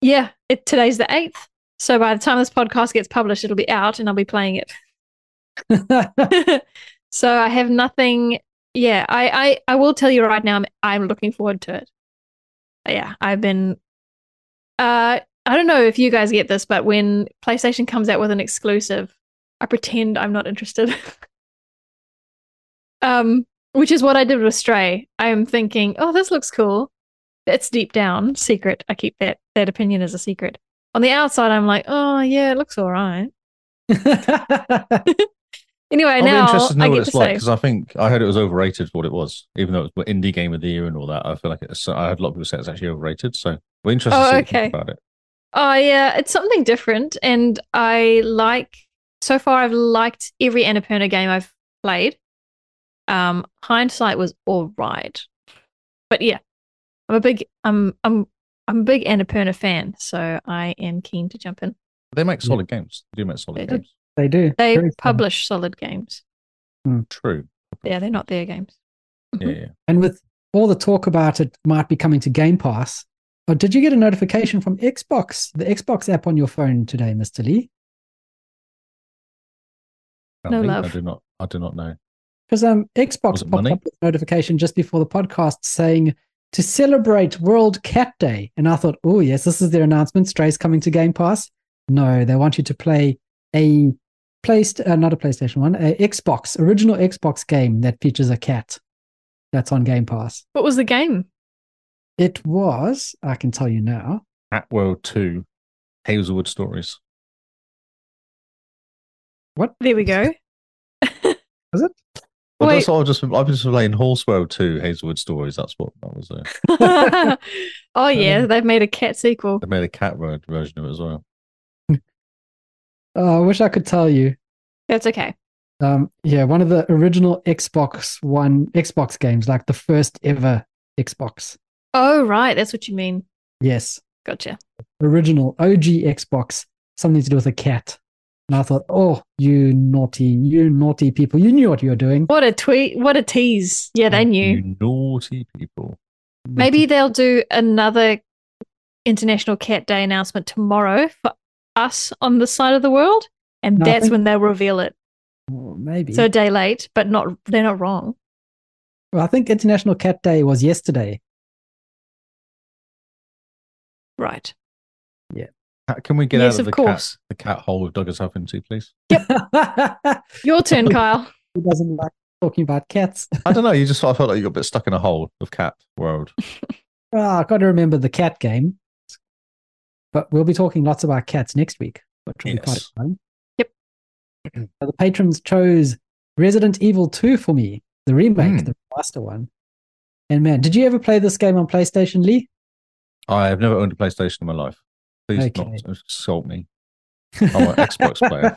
Yeah, it, today's the 8th. So by the time this podcast gets published, it'll be out and I'll be playing Oh. it. so I have nothing. Yeah, I, I, I will tell you right now, I'm, I'm looking forward to it. Yeah, I've been. Uh, I don't know if you guys get this, but when PlayStation comes out with an exclusive, I pretend I'm not interested. um, which is what I did with Stray. I am thinking, oh, this looks cool. It's deep down secret. I keep that that opinion as a secret. On the outside, I'm like, oh yeah, it looks all right. Anyway, I'll be now interested to know I what get it's to like say, because I think I heard it was overrated for what it was, even though it was indie game of the year and all that. I feel like it's. I heard a lot of people say it's actually overrated, so we're interested Oh, to see what you okay. think about it. oh yeah, it's something different, and I like. So far, I've liked every Annapurna game I've played. Um, hindsight was all right, but yeah, I'm a big I'm I'm I'm a big Annapurna fan, so I am keen to jump in. They make solid games. They do make solid Mm. They do. games. they do. They Very fun. publish solid games. True. Yeah, they're not their games. Mm-hmm. Yeah, yeah. And with all the talk about it might be coming to Game Pass. But did you get a notification from Xbox, the Xbox app on your phone today, Mr. Lee? No Apparently. love. I do not. I do not know. Because um, Was Xbox it popped money? up with a notification just before the podcast saying to celebrate World Cat Day. And I thought, oh, yes, this is their announcement. Stray's coming to Game Pass. No, they want you to play a placed, uh, not a PlayStation one, a Xbox, original Xbox game that features a cat that's on Game Pass. What was the game? It was, I can tell you now, At World Two, Hazelwood Stories. There we go. was it? Well, Wait. that's what I've just. I've just playing Horse World Two, Hazelwood Stories. That's what that was. Uh, oh yeah, they've made a cat sequel. they made a cat road version of it as well. Oh, I wish I could tell you. That's okay. Um, yeah, one of the original Xbox One Xbox games, like the first ever Xbox. Oh right, that's what you mean. Yes. Gotcha. original OG Xbox, something to do with a cat. And I thought, oh, you naughty, you naughty people. You knew what you were doing. What a tweet. What a tease. Yeah, they knew. You naughty people. Maybe they'll do another International Cat Day announcement tomorrow for us on this side of the world. And No, I that's think- when they'll reveal it. Oh, maybe. So a day late, but not they're not wrong. well, I think International Cat Day was yesterday. Right. Ca- Can we get Yes, out of, of the course. cat the cat hole we've dug ourselves into, please? Who Your turn, Kyle. doesn't like talking about cats? I don't know. You just I felt like you got a bit stuck in a hole of cat world. Ah, I got to remember the cat game. But we'll be talking lots about cats next week, which will be quite Yes. exciting. Yep. So the patrons chose Resident Evil 2 for me, the remake, Hmm. the master one. And man, did you ever play this game on PlayStation, Lee? I have never owned a PlayStation in my life. Please Okay. not insult me. I'm an Xbox player.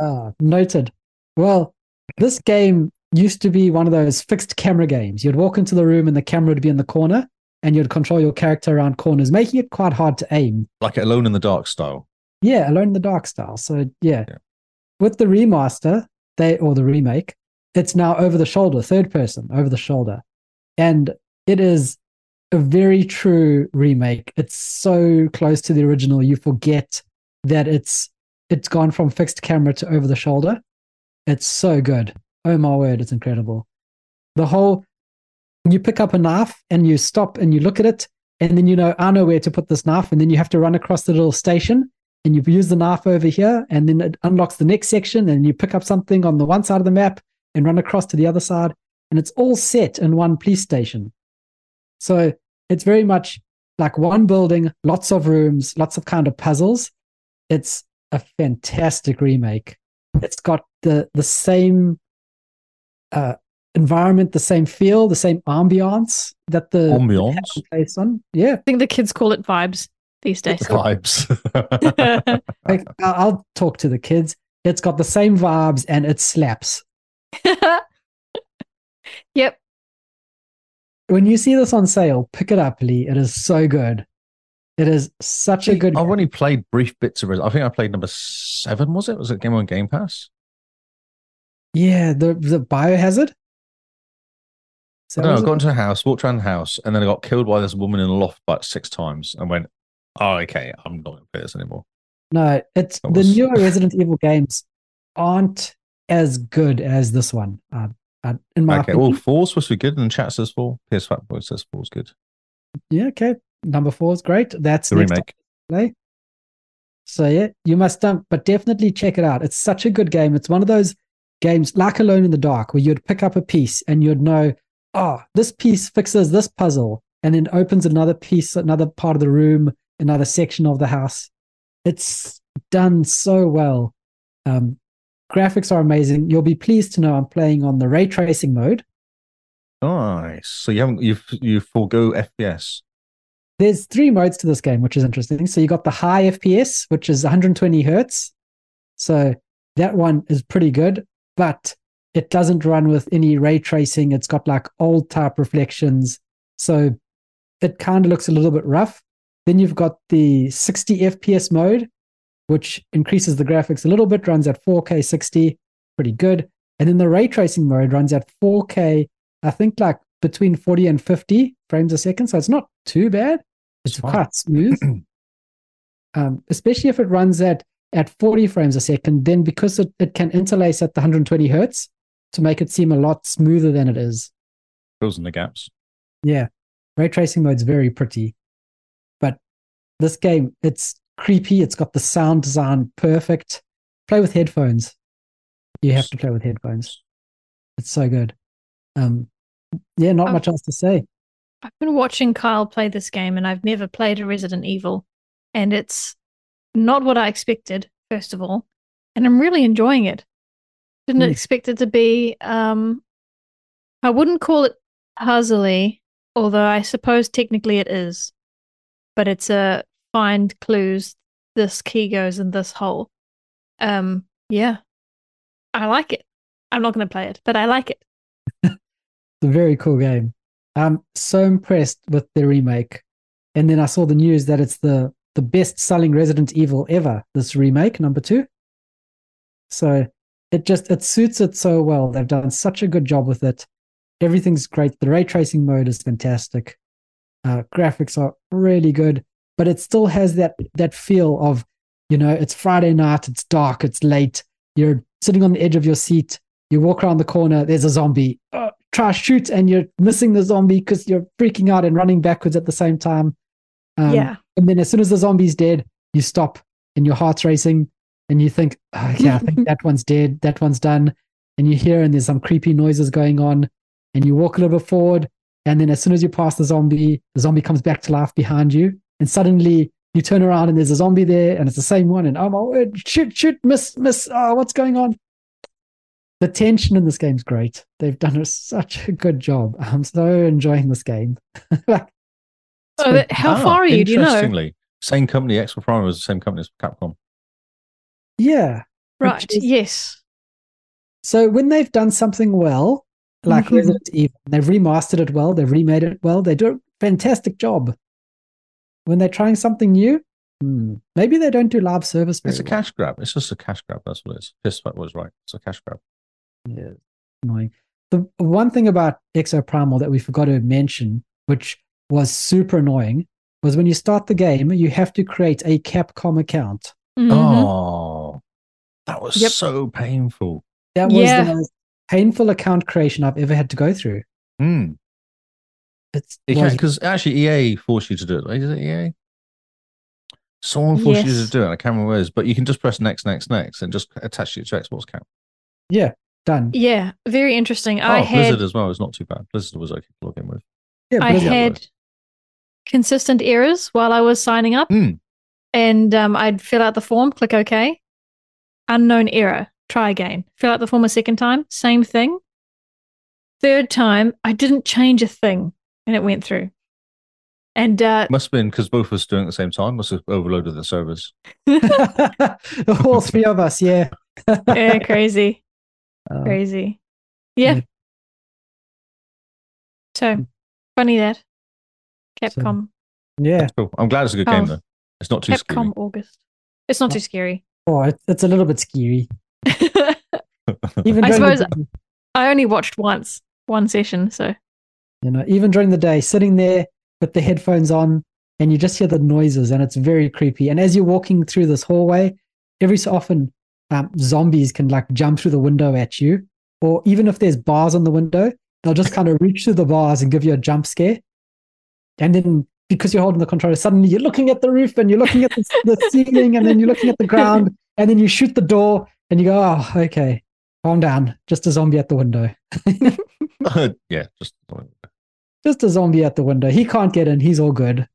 Ah, noted. Well, this game used to be one of those fixed camera games. You'd walk into the room and the camera would be in the corner and you'd control your character around corners, making it quite hard to aim. Like Alone in the Dark style. Yeah, Alone in the Dark style. So, yeah. Yeah. With the remaster, they or the remake, it's now over the shoulder, third person, over the shoulder. And it is a very true remake. It's so close to the original, you forget that it's it's gone from fixed camera to over the shoulder. It's so good. Oh my word, it's incredible. The whole you pick up a knife and you stop and you look at it, and then you know, I know where to put this knife, and then you have to run across the little station and you use the knife over here, and then it unlocks the next section, and you pick up something on the one side of the map and run across to the other side, and it's all set in one police station. So it's very much like one building, lots of rooms, lots of kind of puzzles. It's a fantastic remake. It's got the the same uh, environment, the same feel, the same ambiance that Oh the Ambiance. place on. Uh-huh. Yeah, I think the kids call it vibes these days. Vibes. like, I- I'll talk to the kids. It's got the same vibes and it slaps. yep. When you see this on sale, pick it up, Lee. It is so good. It is such a good. I've only played brief bits of it. I think I played number seven, was it? Was it Game on Game Pass? yeah, the the biohazard. So No, I was it- got into the house, walked around the house, and then I got killed by this woman in the loft about six times and went, oh, okay, I'm not going to play this anymore. no, it's That was- the newer Resident Evil games aren't as good as this one. Uh, uh, in my okay, opinion. well, four's supposed to be good, and chat says four. PS Fat Boy says four's good. yeah, okay. Number four is great. That's The next remake. play. So yeah, you must dump, but definitely check it out. It's such a good game. It's one of those games like Alone in the Dark where you'd pick up a piece and you'd know, oh, this piece fixes this puzzle and then opens another piece, another part of the room, another section of the house. It's done so well. Um, graphics are amazing. You'll be pleased to know I'm playing on the ray tracing mode. Nice. So you haven't, you you forego FPS. there's three modes to this game, which is interesting. So you got the high FPS, which is 120 hertz. So that one is pretty good, but it doesn't run with any ray tracing. It's got like old type reflections. So it kind of looks a little bit rough. Then you've got the 60 FPS mode, which increases the graphics a little bit, runs at 4K 60, pretty good. And then the ray tracing mode runs at 4K, I think like between 40 and 50 frames a second. So it's not too bad. It's, It's fine. quite smooth. um, especially if it runs at, at 40 frames a second, then because it, it can interlace at the 120 hertz to make it seem a lot smoother than it is. Fills in the gaps. Yeah. Ray tracing mode's very pretty. But this game, it's creepy. It's got the sound design perfect. Play with headphones. You have to play with headphones. It's so good. Um yeah, not Oh. much else to say. I've been watching Kyle play this game and I've never played a Resident Evil. And it's not what I expected, first of all. And I'm really enjoying it. Didn't Hmm. expect it to be um I wouldn't call it puzzly, although I suppose technically it is. But it's a find clues, this key goes in this hole. Um yeah. I like it. I'm not gonna play it, but I like it. It's a very cool game. I'm so impressed with the remake. And then I saw the news that it's the the best selling Resident Evil ever. This remake number two. So it just it suits it so well. They've done such a good job with it. Everything's great. The ray tracing mode is fantastic. Uh, graphics are really good, but it still has that that feel of, you know, it's Friday night, it's dark, it's late. You're sitting on the edge of your seat. You walk around the corner. There's a zombie. Uh, try shoot, and you're missing the zombie because you're freaking out and running backwards at the same time. Um, yeah. And then as soon as the zombie's dead, you stop and your heart's racing and you think, "Oh, okay, I think that one's dead, that one's done. And you hear and there's some creepy noises going on and you walk a little bit forward. And then as soon as you pass the zombie, the zombie comes back to life behind you. And suddenly you turn around and there's a zombie there and it's the same one. And oh my word, shoot, shoot, miss, miss, oh, what's going on? The tension in this game's great. They've done a, such a good job. I'm so enjoying this game. like, Oh, that, how far are you? Do you know? Ah, Interestingly, same company, X Prime was the same company as Capcom. yeah. Right. is- Yes. So when they've done something well, like Mhm. Resident Evil, they've remastered it well, they've remade it well, they do a fantastic job. When they're trying something new, hmm, maybe they don't do live service. It's a very well. cash grab. It's just a cash grab. That's what it is. Piss Fat was right. It's a cash grab. Yeah, annoying. The one thing about Exo Primal that we forgot to mention, which was super annoying, was when you start the game, you have to create a Capcom account. Mhm. Oh, that was Yep. so painful. That was Yeah. the most painful account creation I've ever had to go through. Mm. It's You was can't because actually EA forced you to do it. right? Is it EA? Someone forced you Yes. to do it. I can't remember where it is, but you can just press next, next, next, and just attach it to Xbox account. done. Yeah. Very interesting. I oh, had Blizzard as well. It's not too bad. Blizzard was okay to log in with. Yeah, I but Blizzard. had consistent errors while I was signing up, Mm. and um, I'd fill out the form, click OK, unknown error, try again. Fill out the form a second time, same thing. Third time, I didn't change a thing, and it went through. And uh, Must have been because both of us doing it at the same time. Must have overloaded the servers. All three of us, yeah. yeah, crazy, Oh. Uh, crazy, yeah. Hmm. Yeah. So funny that Capcom, yeah. Cool. I'm glad it's a good Oh. game though. It's not too Capcom scary. August. It's not too scary. Oh, it, it's a little bit scary. I Even during the suppose- day, I only watched once, one session. So you know, even during the day, sitting there with the headphones on, and you just hear the noises, and it's very creepy. And as you're walking through this hallway, every so often, um, zombies can like jump through the window at you, or even if there's bars on the window, they'll just kind of reach through the bars and give you a jump scare. And then because you're holding the controller, suddenly you're looking at the roof and you're looking at the, the ceiling, and then you're looking at the ground, and then you shoot the door, and you go, "Oh, okay, calm down, just a zombie at the window." yeah, just just a zombie at the window. He can't get in. He's all good.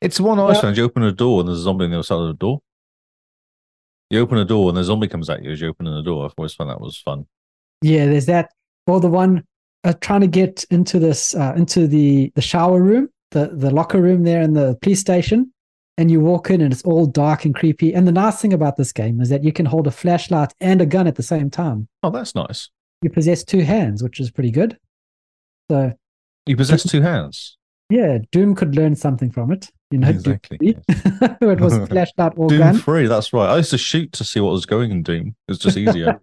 it's the one I found. You open a door and there's a zombie on the other side of the door. You open a door and the zombie comes at you as you open the door. I've always found that was fun. Yeah, there's that. Or the one uh, trying to get into this uh, into the the shower room, the the locker room there in the police station, and you walk in and it's all dark and creepy. And the nice thing about this game is that you can hold a flashlight and a gun at the same time. Oh, that's nice. You possess two hands, which is pretty good. So You possess two hands. yeah, Doom could learn something from it. You know, Doom exactly. three. yes. it was flashlight or Doom gun. three. That's right. I used to shoot to see what was going in Doom. It's just easier.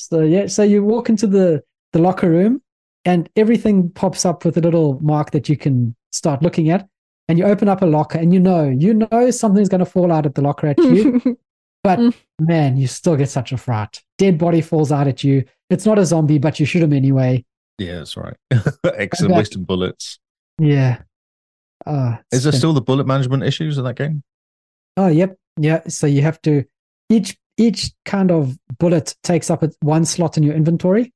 So yeah, so you walk into the the locker room, and everything pops up with a little mark that you can start looking at. And you open up a locker, and you know, you know something's going to fall out of the locker at you. Man, you still get such a fright. Dead body falls out at you. It's not a zombie, but you shoot him anyway. yeah, that's right. Excellent. Okay. Wasting bullets. Yeah. Uh, Is there still the bullet management issues in that game? Oh, yep. Yeah. So you have to each each kind of bullet takes up a- one slot in your inventory.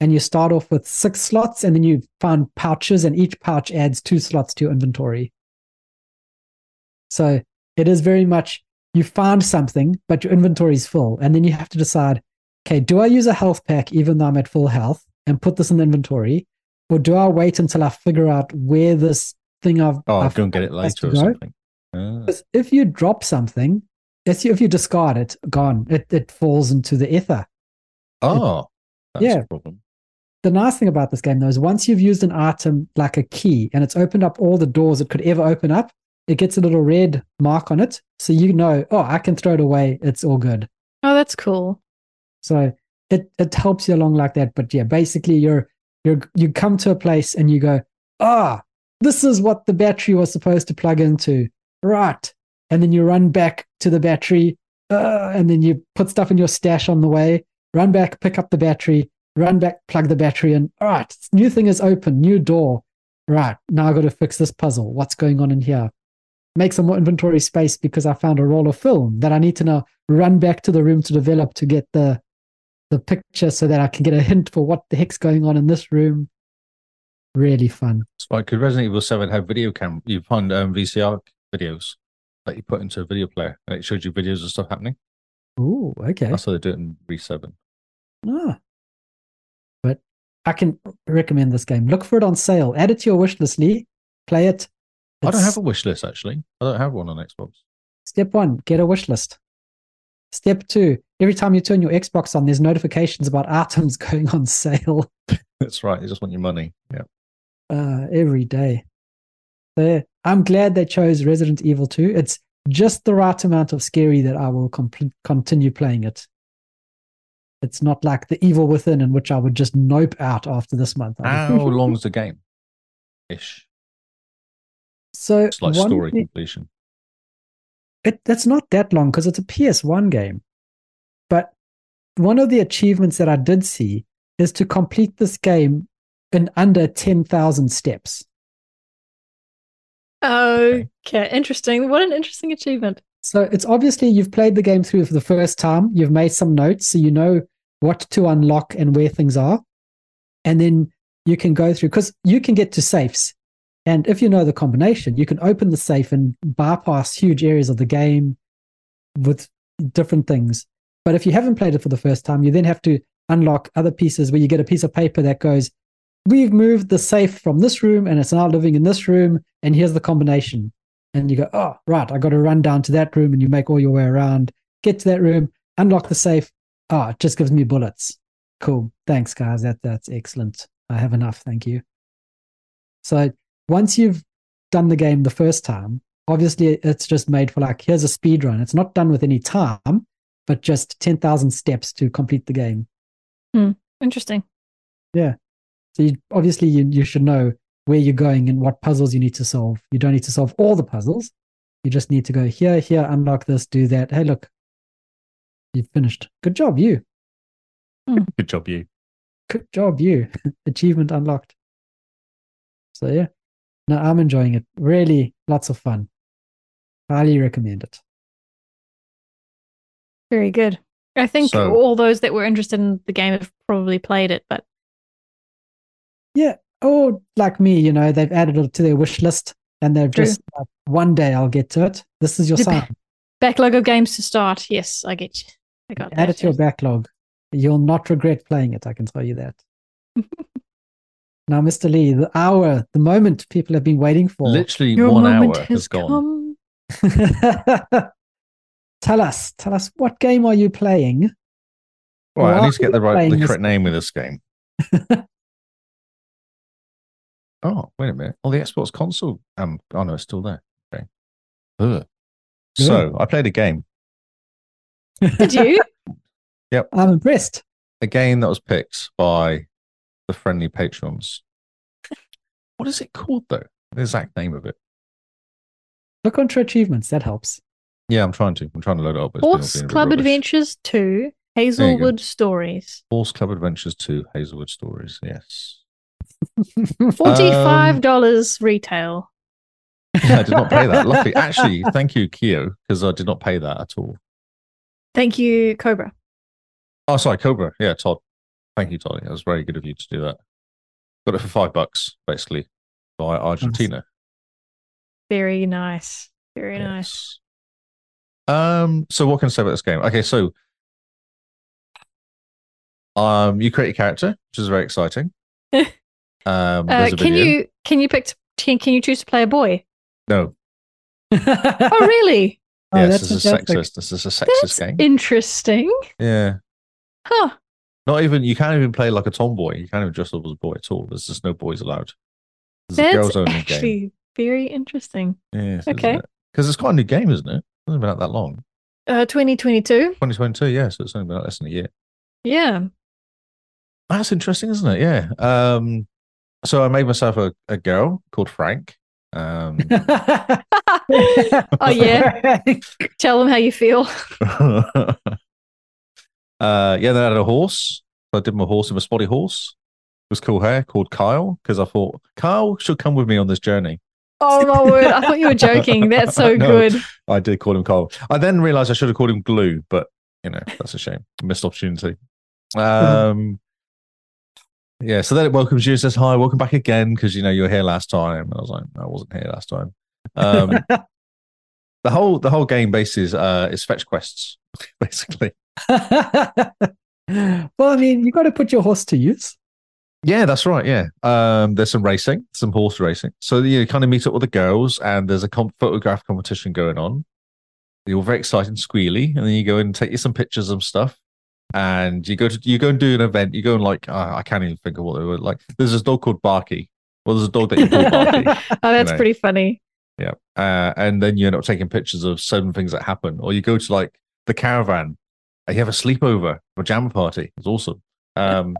And you start off with six slots, and then you find pouches, and each pouch adds two slots to your inventory. So it is very much you found something, but your inventory is full. And then you have to decide okay, do I use a health pack even though I'm at full health and put this in the inventory? Or do I wait until I figure out where this thing I've, Oh, I'll I've go and get it has later to or go. something. Ah. because if you drop something, if you, if you discard it, gone. It it falls into the ether. Oh, that's Yeah. a problem. the nice thing about this game though is once you've used an item like a key and it's opened up all the doors it could ever open up, it gets a little red mark on it. So you know, oh, I can throw it away. It's all good. Oh, that's cool. So it it helps you along like that. But yeah, basically you're you're you come to a place and you go, ah, this is what the battery was supposed to plug into. Right. And then you run back to the battery, uh, and then you put stuff in your stash on the way, run back, pick up the battery, run back, plug the battery in. All right, new thing is open, new door. Right, now I've got to fix this puzzle. What's going on in here? Make some more inventory space because I found a roll of film that I need to now run back to the room to develop to get the the picture so that I can get a hint for what the heck's going on in this room. Really fun. It's like could Resident Evil Seven have video cam? You find um, VCR videos that you put into a video player, and it shows you videos of stuff happening. Ooh, okay. That's how they do it in V Seven. Ah. But I can recommend this game. Look for it on sale. Add it to your wish list, Lee. Play it. I don't It's- have a wish list actually. I don't have one on Xbox. Step one, get a wish list. Step two, every time you turn your Xbox on, there's notifications about items going on sale That's right. They just want your money. Yeah. uh, every day. So I'm glad they chose Resident Evil 2. It's just the right amount of scary that I will compl- continue playing it. It's not like the Evil Within, in which I would just nope out after this month. I How would- long's the game? Ish. so It's like one story thing- completion. it, that's not that long because it's a PS1 game. But one of the achievements that I did see is to complete this game in under 10,000 steps. Okay. interesting. What an interesting achievement. So it's obviously you've played the game through for the first time, you've made some notes, so you know what to unlock and where things are. And then you can go through because you can get to safes. And if you know the combination, you can open the safe and bypass huge areas of the game with different things. But if you haven't played it for the first time, you then have to unlock other pieces where you get a piece of paper that goes, We've moved the safe from this room and it's now living in this room, and here's the combination and you go, oh, right, I got to run down to that room, and you make all your way around, get to that room, unlock the safe. Ah, it just gives me bullets. Cool. Thanks, guys. That that's excellent. I have enough. Thank you. So once you've done the game the first time, obviously it's just made for like here's a speed run. It's not done with any time, but just ten thousand steps to complete the game. Interesting. So you, obviously, you, you should know where you're going and what puzzles you need to solve. You don't need to solve all the puzzles. You just need to go here, here, unlock this, do that. Hey, look, you've finished. Good job, you. Good job, you. Good job, you. Achievement unlocked. So yeah, no, I'm enjoying it. Really, lots of fun. Highly recommend it. Very good. I think So- all those that were interested in the game have probably played it, but Or Oh, like me, you know, they've added it to their wish list, and they've True. just like, one day I'll get to it. This is your Yep. sign. backlog of games to start. Yes, I get you. I got add it that. to your backlog. You'll not regret playing it. I can tell you that. now, Mr. Lee, the hour, the moment people have been waiting for. Literally Your one moment hour has gone. come. tell us, tell us, what game are you playing? Right, I Why need to get the are you right, playing the this correct name of this game. oh, wait a minute. Oh, the Xbox console. Um, oh no, it's still there. Okay. Ugh. So I played a game, Did you? I'm impressed. a game that was picked by the friendly patrons. what is it called though? The exact name of it. Look onto achievements. That helps. Yeah, I'm trying to. I'm trying to load it up. but it's been- Horse been a bit Club rubbish. Adventures 2, Hazelwood Stories. Horse Club Adventures 2, Hazelwood Stories. Yes. Um, $45 retail. I did not pay that. Luckily, actually, thank you, Keo, because I did not pay that at all. Thank you, Cobra. Oh, sorry, Cobra. Yeah, Todd. Thank you, Todd. That was very good of you to do that. Got it for five bucks, basically, by Argentina. Very nice. Very nice. Yes. Um. So, what can I say about this game? Okay, so, um, you create a character, which is very exciting. um, Uh, there's a can video. you can you pick can, can you choose to play a boy? No. Oh really? Oh, yes, that's this is fantastic. sexist. This is a sexist That's game. interesting. yeah. Huh. Not even you can't even play like a tomboy. You can't even dress up as a boy at all. There's just no boys allowed. It's a girls That's only actually game. very interesting. Yes, okay. Because it's quite a new game, isn't it? It hasn't been out that long. Uh, 2022. 2022, yeah. So it's only been out less than a year. Yeah. That's interesting, isn't it? Yeah. Um, so I made myself a, a girl called Frank. Um, oh yeah. Tell them how you feel. uh, yeah, then I had a horse. So I did my horse with a spotty horse. It was cool hair called Kyle because I thought Kyle should come with me on this journey. Oh my word! I thought you were joking. That's so No. good. I did call him Kyle. I then realized I should have called him Glue, but you know, that's a shame. Missed opportunity. Um, yeah, so then it welcomes you, says hi, welcome back again, because you know you were here last time. And I was like, I wasn't here last time. Um, the whole the whole game base is uh is fetch quests, basically. well, I mean, you got to put your horse to use. Yeah, that's right. Yeah. Um, there's some racing, some horse racing. So you kind of meet up with the girls, and there's a com- photograph competition going on. You're all very excited and squealy, and then you go and take you some pictures and stuff. And you go to you go and do an event. You go and like ah, I can't even think of what they were like. There's this dog called Barky. Well, there's a dog that you call Barky, Oh, that's know. pretty funny. uh, and then you end up taking pictures of certain things that happen. Or you go to like the caravan, and you have a sleepover, pajama party. It's awesome. Um,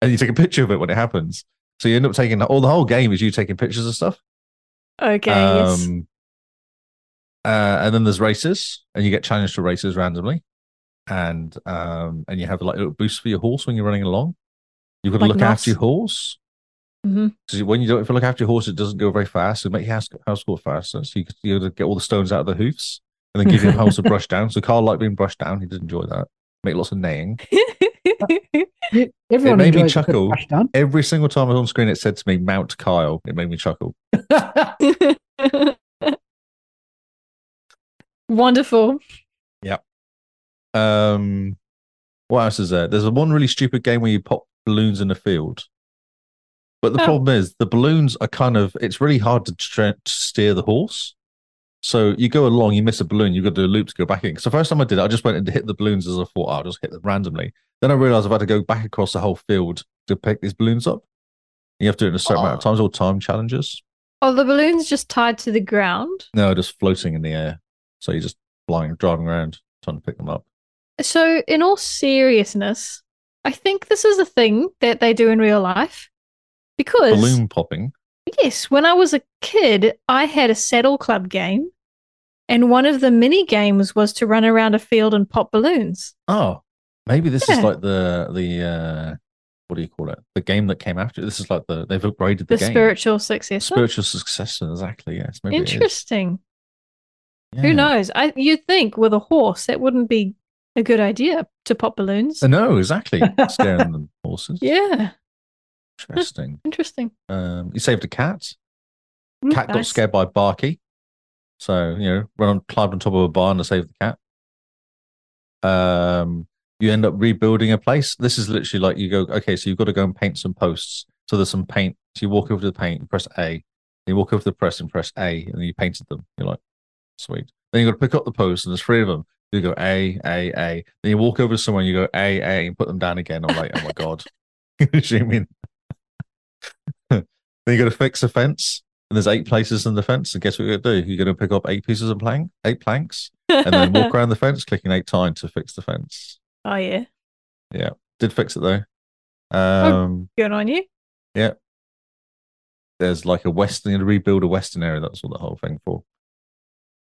and you take a picture of it when it happens. So you end up taking all the whole game is you taking pictures of stuff. Okay. yes. Um, uh, and then there's races, and you get challenged to races randomly, and um, and you have like little boosts for your horse when you're running along. You've got to Like look knocks? after your horse. Mhm. So when you don't, if you look after your horse, it doesn't go very fast. So make your house, house go faster. So you, you gotta get all the stones out of the hoofs and then give your horse a brush down. So Carl liked being brushed down. He did enjoy that. Make lots of neighing. You- Everyone made me enjoys a good chuckle. brush down. Every single time I was on screen, it said to me, Mount Kyle. It made me chuckle. Wonderful. Um, what else is there? There's a one really stupid game where you pop balloons in a field. But the Oh. problem is the balloons are kind of it's really hard to, tra- to steer the horse. So you go along, you miss a balloon, you've got to do a loop to go back in. So first time I did it, I just went in to hit the balloons as I thought "Oh, I'll just hit them randomly. Then I realized I've had to go back across the whole field to pick these balloons up. You have to do it in a certain amount of times, all time challenges. Oh, the balloon's just tied to the ground. No, just floating in the air. So you're just flying, driving around, trying to pick them up. So, in all seriousness, I think this is a thing that they do in real life. Because, Balloon popping. yes, when I was a kid, I had a saddle club game. And one of the mini games was to run around a field and pop balloons. Oh, maybe this Yeah. is like the the uh, what do you call it? The game that came after. it. This is like the they've upgraded the, The game. spiritual successor. spiritual successor. Exactly. Yes. Maybe it is. Interesting. Yeah. Who knows? I you'd think with a horse that wouldn't be a good idea to pop balloons. Uh, No, exactly. Scaring the horses. yeah, Interesting. interesting. Um, you saved a cat. Mm, Cat got nice. scared by Barky, so you know, run on, climbed on top of a barn to save the cat. Um, you end up rebuilding a place. This is literally like you go, okay, so you've got to go and paint some posts. So there's some paint. So you walk over to the paint, you press A. You walk over to the press and press A, and then you painted them. You're like, sweet. Then you got to pick up the posts, and there's three of them. You go A, A, A. Then you walk over to someone, you go A, A, and put them down again. I'm like, oh my god, zoom in. then you got to fix a fence, and there's eight places in the fence. And guess what you're going to do? You're going to pick up eight pieces of plank, eight planks, and then walk around the fence, clicking eight times to fix the fence. oh yeah, Did fix it though. Um, good on you. There's like a western, you had to rebuild a western area. That's what the whole thing for.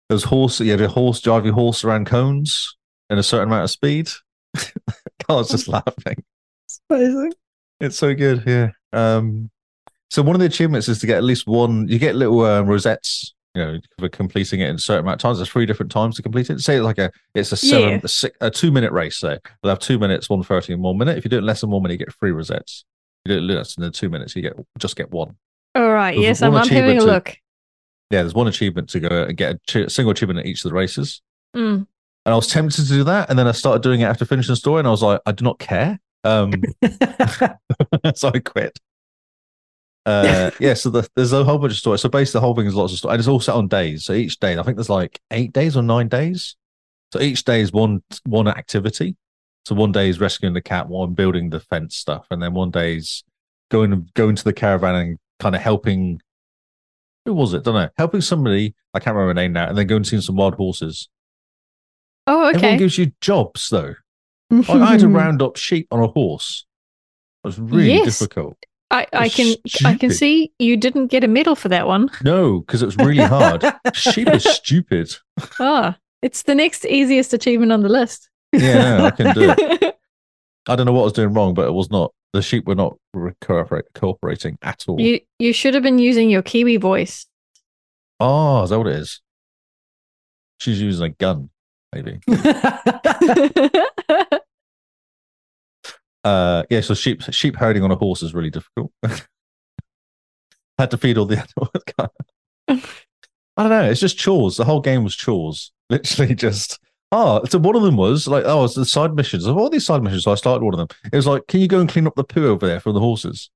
There's horse. You had a horse drive your horse around cones at a certain amount of speed. Carl's just laughing. It's amazing. It's so good, yeah. Um, so one of the achievements is to get at least one. You get little um, rosettes, you know, for completing it in a certain amount of times. There's three different times to complete it. Say like a it's a seven, Yeah. a, six, a two minute race. So they'll have two minutes, one thirty, and one minute. If you do it in less than one minute, you get three rosettes. If you do it less than the two minutes, you get just get one. All right, There's yes, I'm, one I'm having a achievement look. Yeah, there's one achievement to go and get a chi- single achievement at each of the races. Mm. And I was tempted to do that, and then I started doing it after finishing the story, and I was like, I do not care. Um, so I quit. Uh, yeah, so the, there's a whole bunch of stories. So basically, the whole thing is lots of stories, and it's all set on days. So each day, I think there's like eight days or nine days. So each day is one one activity. So one day he's rescuing the cat while I'm building the fence stuff, and then one day he's going going to the caravan and kind of helping. Who was it? Don't know. Helping somebody. I can't remember her name now. And then going and seeing some wild horses. Oh, Everyone okay. gives you jobs though. Like, I had to round up sheep on a horse. It was really Yes. difficult. I, I It's can I can stupid. see you didn't get a medal for that one. No, because it was really hard. sheep is stupid. Ah, it's the next easiest achievement on the list. Yeah, no, I can do it. I don't know what I was doing wrong, but it was not. The sheep were not re- cooperate, cooperating at all. you you should have been using your Kiwi voice. Oh, is that what it is? She's using a gun, maybe. Uh, yeah. So sheep sheep herding on a horse is really difficult. Had to feed all the animals. I don't know. It's just chores. The whole game was chores. Literally just. Oh, so one of them was like, oh, it's the side missions. Of all these side missions, so I started one of them. It was like, can you go and clean up the poo over there from the horses?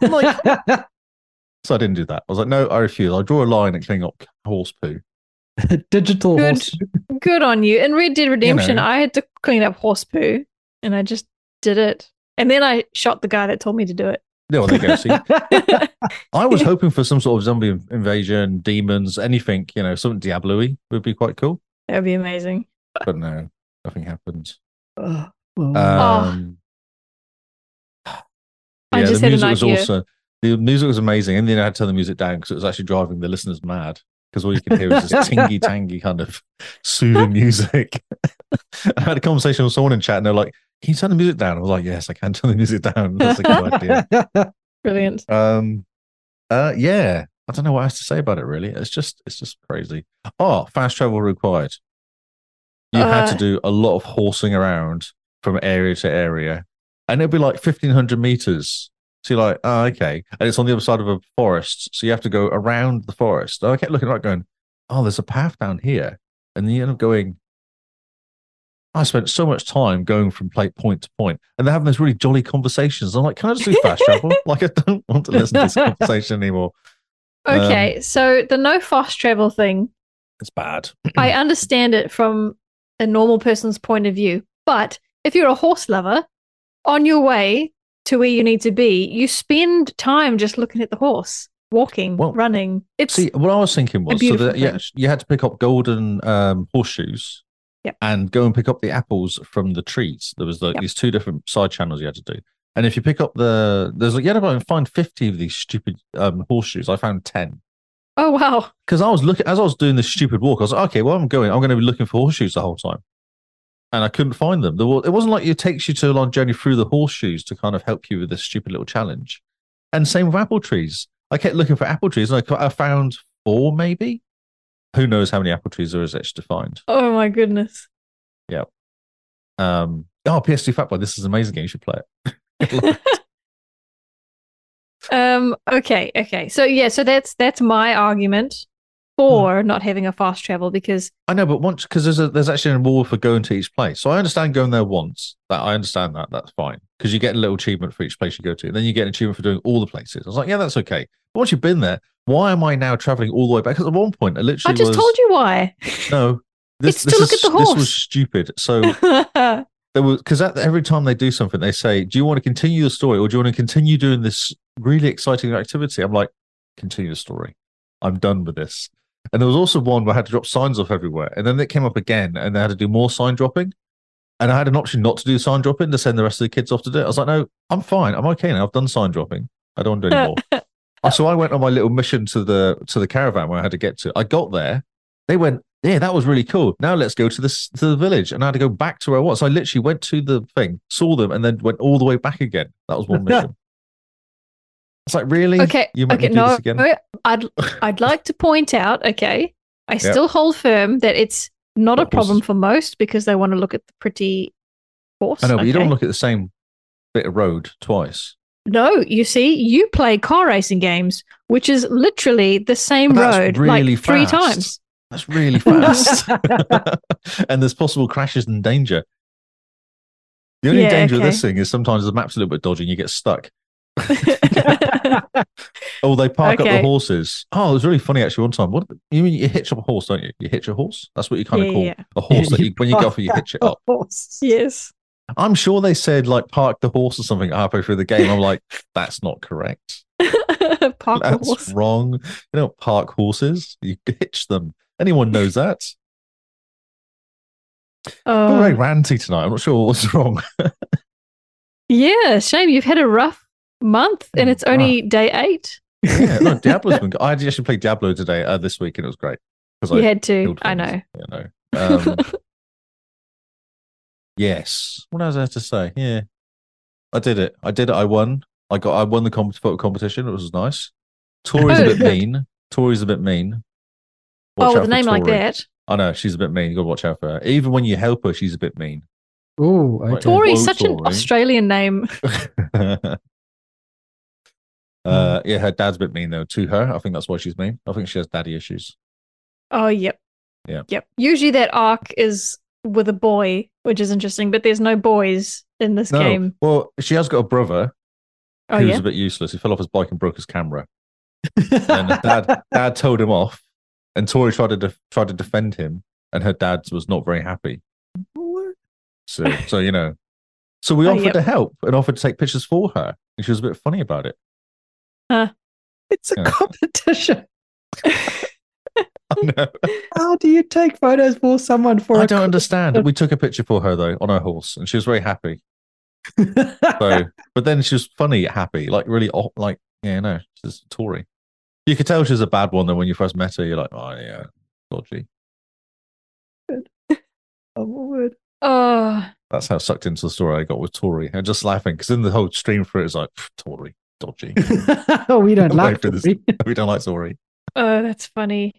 I'm like, So I didn't do that. I was like, no, I refuse. I draw a line and clean up horse poo. Digital Good. horse. Good on you. In Red Dead Redemption, I had to clean up horse poo, and I just did it. And then I shot the guy that told me to do it. No, there you go. See, I was hoping for some sort of zombie in- invasion, demons, anything, you know, something Diablo-y would be quite cool. That would be amazing. But no, nothing happened. Oh, well, Um, I just the had an music was idea. also the music was amazing, and then I had to turn the music down because it was actually driving the listeners mad because all you could hear was this tingy tangy kind of soothing music. I had a conversation with someone in chat, and they're like, "Can you turn the music down?" I was like, "Yes, I can turn the music down." That's a oh. good idea. Brilliant. Um, uh, yeah, I don't know what else to say about it. Really, it's just it's just crazy. Oh, fast travel required. You had to Uh, do a lot of horsing around from area to area, and it'd be like fifteen hundred meters. So you're like, oh, okay, and it's on the other side of a forest, so you have to go around the forest. And I kept looking right, going, oh, there's a path down here, and then you end up going. I spent so much time going from plate point to point, and they're having those really jolly conversations. I'm like, can I just do fast travel? Like, I don't want to listen to this conversation anymore. Um, Okay, so the no fast travel thing, It's bad. I understand it from a normal person's point of view, but if you're a horse lover, on your way to where you need to be, you spend time just looking at the horse, walking, Well, running. It's See, what I was thinking was so beautiful that yeah, thing. you had to pick up golden um, horseshoes Yep. and go and pick up the apples from the trees. There was like Yep. these two different side channels you had to do. And if you pick up the, there's like, you had to find 50 of these stupid um, horseshoes. I found 10. oh wow. because I was looking as I was doing this stupid walk. I was like, okay, well, I'm going. I'm going to be looking for horseshoes the whole time, and I couldn't find them. There was, it wasn't like it takes you to a long journey through the horseshoes to kind of help you with this stupid little challenge. And same with apple trees. I kept looking for apple trees, and I, I found four, maybe. Who knows how many apple trees there is actually to find? Oh my goodness. Um, oh, PS2 Fatboy, this is an amazing game. You should play it. Um okay, okay. So yeah, so that's that's my argument for Hmm. not having a fast travel because I know, but once because there's a, there's actually an reward for going to each place. So I understand going there once. That I understand that that's fine because you get a little achievement for each place you go to. And then you get an achievement for doing all the places. I was like, yeah, that's okay. But once you've been there, why am I now traveling all the way back? Because at one point, I I literally just was, told you why. no. This, It's to this look is- at the This was horse. stupid. So there was because every time they do something, they say, "Do you want to continue the story, or do you want to continue doing this really exciting activity?" I'm like, "Continue the story. I'm done with this." And there was also one where I had to drop signs off everywhere, and then it came up again, and they had to do more sign dropping. And I had an option not to do sign dropping to send the rest of the kids off to do it. I was like, "No, I'm fine. I'm okay now. I've done sign dropping. I don't want to do anymore." Uh, so I went on my little mission to the to the caravan where I had to get to. I got there. They went, yeah, that was really cool. Now let's go to this to the village, and I had to go back to where I was. So I literally went to the thing, saw them, and then went all the way back again. That was one mission. it's like really, Okay. You might okay. do this No, again. I'd I'd like to point out. Okay, I still hold firm that it's not a What problem horses? for most because they want to look at the pretty horse. I know, but you don't okay? look at the same bit of road twice. No, you see, you play car racing games, which is literally the same But that's road really like three fast. times. That's really fast, and there's possible crashes and danger. The only Yeah, danger of okay. this thing is sometimes the map's a little bit dodgy, and you get stuck. Oh, they park up the Okay. horses. Oh, it was really funny actually. One time, what you mean? You hitch up a horse, don't you? You hitch a horse. That's what you kind Yeah, of call yeah, a horse. that You you, when you go off, you hitch it up. horse. yes. I'm sure they said like park the horse or something halfway through the game. I'm like, that's not correct. Park That's horse. wrong. You don't park horses. You hitch them. Anyone knows that. I'm very Oh, ranty tonight. I'm not sure what's wrong. Um, yeah, shame you've had a rough month and Hmm, it's only day eight. yeah, no, Diablo's been. I actually played Diablo today uh, this week, and it was great because You I had to. killed I things, know. You know. Um, yes. What else I have to say? Yeah, I did it. I did it. I won. I got. I won the comp- photo competition. It was nice. Tori's a Oh, bit good. mean. Tori's a bit mean. Oh, Watch with out a for name like Tori. that. I know she's a bit mean. You got to watch out for her. Even when you help her, she's a bit mean. Oh, Right. okay. Tor- Tori's Woe such an Tori. Australian name. uh, Hmm. yeah, her dad's a bit mean though to her. I think that's why she's mean. I think she has daddy issues. Oh, yep. Yeah. Yep. Usually that arc is with a boy, which is interesting, but there's no boys in this No, game. well, she has got a brother Oh, who's yeah. a bit useless. He fell off his bike and broke his camera, and her dad dad told him off. And Tori tried to def- tried to defend him, and her dad was not very happy. So, so you know, so we Oh, offered yep. to help and offered to take pictures for her, and she was a bit funny about it. it's a Yeah. competition. I know. How do you take photos for someone for I a don't understand. We took a picture for her though on her horse, and she was very happy. So, but then she was funny, happy, like really, o- like yeah, no, she's a Tory. You could tell she's a bad one though when you first met her. You're like, oh yeah, dodgy. Oh, what word? Oh, That's how sucked into the story I got with Tory. And just laughing because in the whole stream for it is like "Pff, Tory, dodgy. we don't I'm like after this. this. we don't like Tory. oh, that's funny.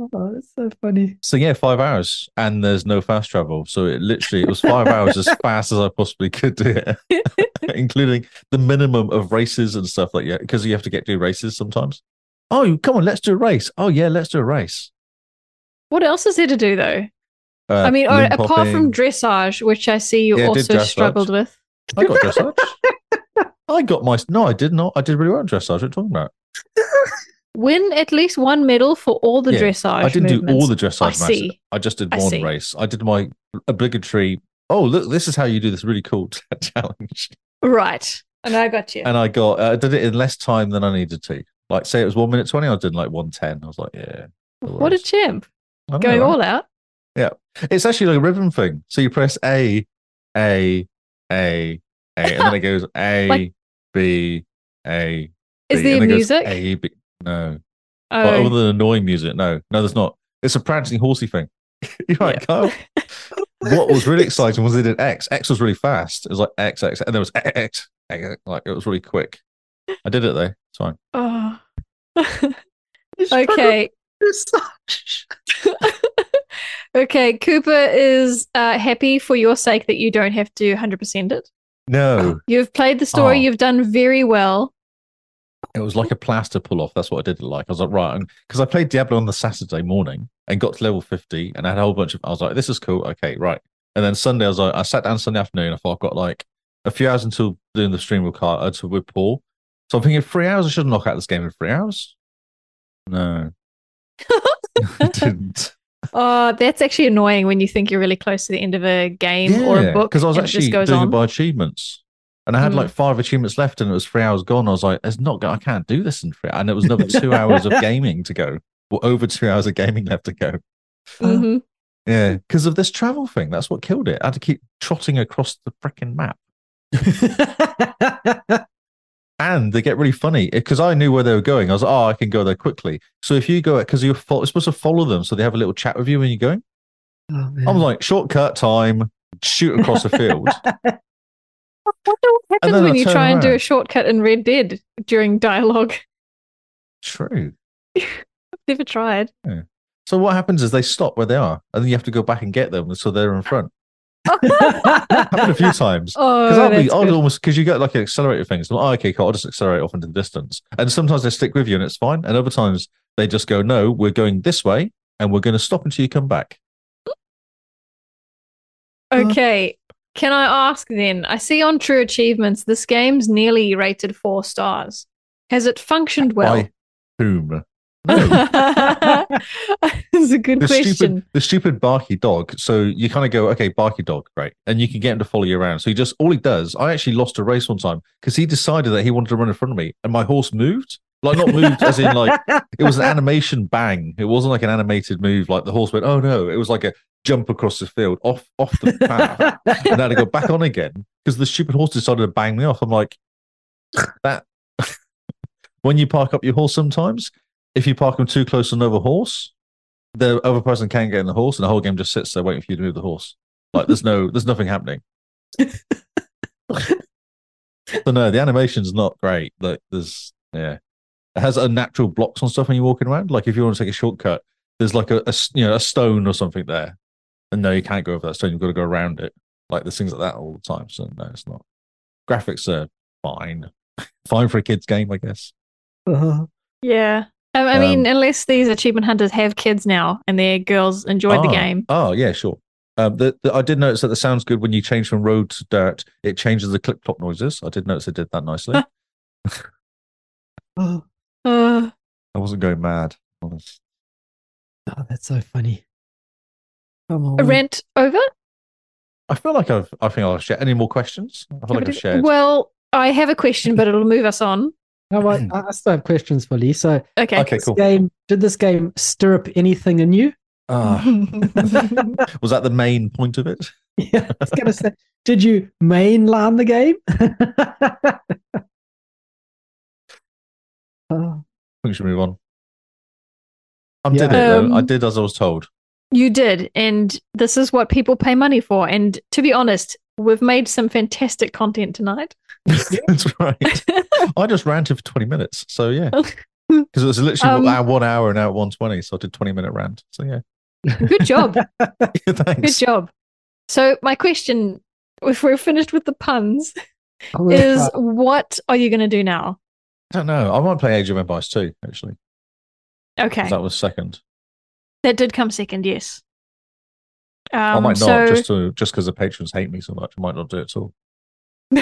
Oh, that's so funny. So yeah, five hours, and there's no fast travel. So it literally it was five hours as fast as I possibly could do it, including the minimum of races and stuff like yeah, because you have to get to races sometimes. Oh, come on, let's do a race. Oh yeah, let's do a race. What else is there to do, though? Uh, I mean, or, balloon apart popping. from dressage, which I see you Yeah, I did also dressage. struggled with. I got dressage. I got my no, I did not. I did really well in dressage. What are you talking about? Win at least one medal for all the Yeah, dressage. I didn't do all movements. the dressage I matches. see. I just did I one see. race. I did my obligatory. Oh look, this is how you do this really cool challenge. Right. And I got you. And I got. uh, I did it in less time than I needed to. Like say it was one minute twenty. I did like one ten. I was like, yeah. no What a worries. chimp. I know, Going right? all out. It's actually like a ribbon thing. So you press A, A, A, A, and then it goes A, B, A. Like- Is B, there and then it goes music? A, B. No. But Oh, other than annoying music, no, no, there's not. It's a prancing horsey thing. You're right, Kyle. what was really exciting was they did X. X was really fast. It was like X, X, and there was X, X, X, like it was really quick. I did it though. It's fine. oh. okay. Okay, Cooper is uh, happy for your sake that you don't have to 100% it. No, You've played the story, Oh. you've done very well. it was like a plaster pull off. That's what I did it like. I was like, right, because I played Diablo on the Saturday morning and got to level 50 and I had a whole bunch of, I was like, this is cool. Okay, right. And then Sunday, I was like, I sat down Sunday afternoon. I thought I've got like a few hours until doing the stream with Carl, uh, to- with Paul. So I'm thinking three hours. I should knock out this game in three hours. No, I didn't. Oh, that's actually annoying when you think you're really close to the end of a game or a book. because I was and actually it just goes doing on. it by achievements, and I had Mm. like five achievements left, and it was three hours gone. I was like, "It's not. go- I can't do this in three. And it was another two hours of gaming to go, well, over two hours of gaming left to go. Mhm. Yeah, because of this travel thing. That's what killed it. I had to keep trotting across the freaking map. and they get really funny because I knew where they were going. I was like, oh, I can go there quickly. So if you go, because you're, fo- you're supposed to follow them, so they have a little chat with you when you're going. Oh, I'm Mm. like, shortcut time, shoot across a field. I wonder what And happens then when I you turn try and do a around. shortcut in Red Dead during dialogue. True. Never tried. So what happens is they stop where they are, and then you have to go back and get them, so they're in front. Happened a few times. Oh, Because I'll be, that's I'll good. almost because you get like an accelerator thing. So, oh, okay, cool. I'll just accelerate off into the distance. And sometimes they stick with you and it's fine. And other times they just go, no, we're going this way and we're going to stop until you come back. Okay. Can I ask then? I see on True Achievements this game's nearly rated four stars. Has it functioned well? By whom? No. Is is a good the question. stupid the stupid barky dog. So you kind of go, okay, barky dog, great, and you can get him to follow you around. So he just all he does. I actually lost a race one time because he decided that he wanted to run in front of me, and my horse moved. Like not moved as in like it was an animation bang. It wasn't like an animated move. Like the horse went, oh no! It was like a jump across the field off off the path, and I had to go back on again because the stupid horse decided to bang me off. I'm like that. when you park up your horse, sometimes if you park them too close to another horse, the other person can get in the horse, and the whole game just sits there waiting for you to move the horse. Like there's no, there's nothing happening. so no, the animation's not great. Like there's, yeah, it has unnatural blocks on stuff when you're walking around. Like if you want to take a shortcut, there's like a, a s- you know a stone or something there, and no, you can't go over that stone. You've got to go around it. Like there's things like that all the time. So no, it's not. Graphics are fine, fine for a kids game, I guess. Uh-huh. Yeah. Um, I mean, unless these achievement hunters have kids now and their girls enjoyed the Ah, game. Oh yeah, sure. Um, the, the, I did notice that the sounds good when you change from road to dirt. It changes the clip clop noises. I did notice it did that nicely. oh, Uh, I wasn't going mad. honest. oh, that's so funny. Come on. rant over? I feel like I've. I think I'll share. Any more questions? I feel like I've shared. Well, I have a question, but it'll move us on. No, well, I I still have questions for Lee. So, Okay. Hmm. okay, this cool. game did this game stir up anything in you? Ah, was that the main point of it? Yeah, I was gonna say, did you mainline the game? oh, I think we should move on. I Yeah. did it. though. I Um, did as I was told. you did. And this is what people pay money for. And to be honest, we've made some fantastic content tonight. That's right. I just ranted for twenty minutes. So yeah, because it was literally Um, our one hour and now one twenty. So I did twenty minute rant. So yeah, Good job. Good thanks. job. So, my question, if we're finished with the puns, oh, is what are you going to do now? I don't know. I might play Age of Empires 2, actually. 'cause Okay. That was second. That did come second, yes. Um, I might not so, just to just because the patrons hate me so much. I might not do it at all.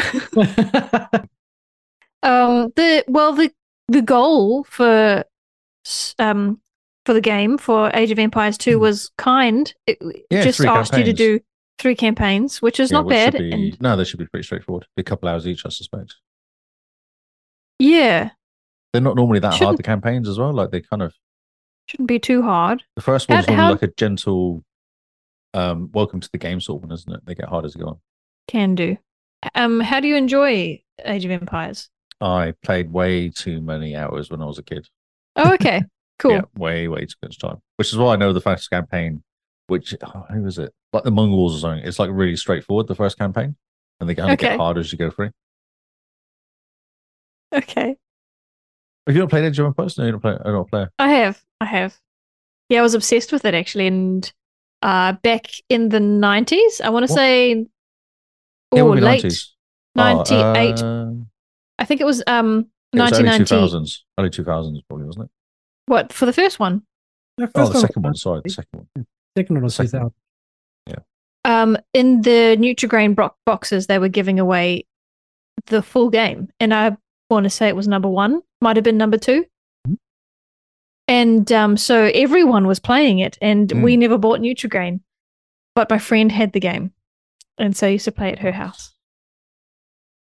um, the well, the the goal for s- um for the game for Age of Empires two Hmm. was kind. It Yeah, just three asked you to campaigns. do three campaigns, which is Yeah, not which should bad. Be, and- No, they should be pretty straightforward. Be a couple hours each, I suspect. yeah, They're not normally that hard. Shouldn't- The campaigns as well, like they kind of shouldn't be too hard. the first How- one's normally how- like a gentle, um, welcome to the game sort of one, isn't it? They get harder as you go on. Can do. Um, how do you enjoy Age of Empires? I played way too many hours when I was a kid. Oh, okay, cool. Yeah, way, way too much time. Which is why I know the first campaign, which oh, who is it? Like the Mongols or something. It's like really straightforward the first campaign, and they kind of Okay. get harder as you go through. Okay, Have you not played Age of Empires? No, you're not, play- you're not a player. I have, I have. Yeah, I was obsessed with it actually, and uh, back in the nineties, I want to What? say, Yeah, oh, what were the late 90s? ninety eight. Oh, um, I think it was um it was nineteen early two ninety. thousands. Early two thousands, probably wasn't it? What for the first one? No, Oh, first the second one. was- Sorry, the second one. Second one was Second. 2000. Um, in the Nutrigrain bro- boxes, they were giving away the full game, and I want to say it was number one, might have been number 2 Mhm. and um, so everyone was playing it, and we Mm. never bought Nutrigrain, but my friend had the game, and so I used to play at her house.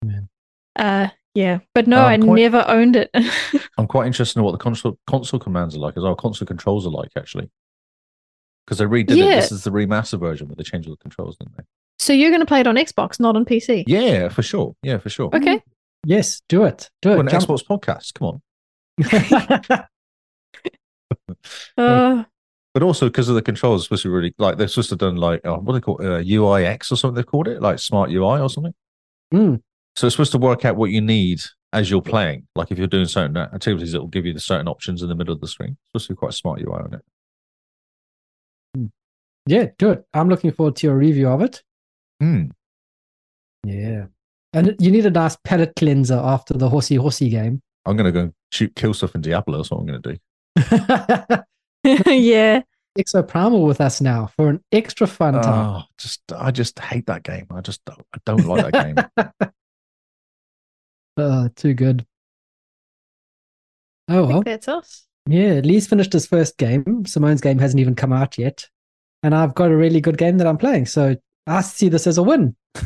Man. Uh, yeah, but no, Um, I quite- never owned it. I'm quite interested in what the console console commands are like as well. Console controls are like actually, because they redid Yeah. it. This is the remaster version, but they changed all the controls, didn't they? so you're going to play it on Xbox, not on PC. Yeah, for sure. Yeah, for sure. Okay. Yes, do it. Do We're it. an Jump. Xbox podcast. Come on. Uh, But also because of the controls, it's supposed to be really like they're supposed to have done like oh, what do they call it? uh, UIX or something they've called it, like smart UI or something. Mm. So it's supposed to work out what you need as you're playing. Like if you're doing certain activities, it will give you the certain options in the middle of the screen. It's supposed to be quite a smart UI on it. yeah, do it. I'm looking forward to your review of it. Hmm. Yeah. And it- you need a nice palate cleanser after the horsey horsey game. I'm going to go shoot, kill stuff in Diablo. That's what I'm going to do. yeah. Exoprimal with us now for an extra fun time. Oh, just I just hate that game. I just don't, I don't like that game. Oh, too good. Oh I well. think that's us. Yeah, Lee's finished his first game. Simone's game hasn't even come out yet. And I've got a really good game that I'm playing. So I see this as a win.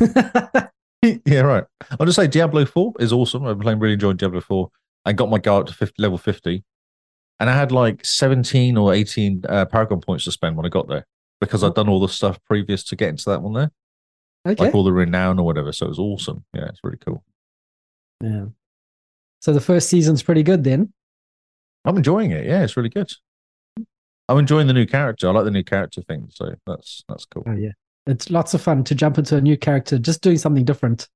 yeah, right. I'll just say Diablo 4 is awesome. I've been playing, really enjoyed Diablo 4. I got my guy up to 50, level 50. And I had like 17 or 18 uh, Paragon points to spend when I got there because I'd done all the stuff previous to getting to that one there, okay. like all the renown or whatever. So it was awesome. Yeah, it's really cool. Yeah. So the first season's pretty good then. I'm enjoying it. Yeah, it's really good. I'm enjoying the new character. I like the new character thing. So that's that's cool. Oh, yeah. It's lots of fun to jump into a new character, just doing something different.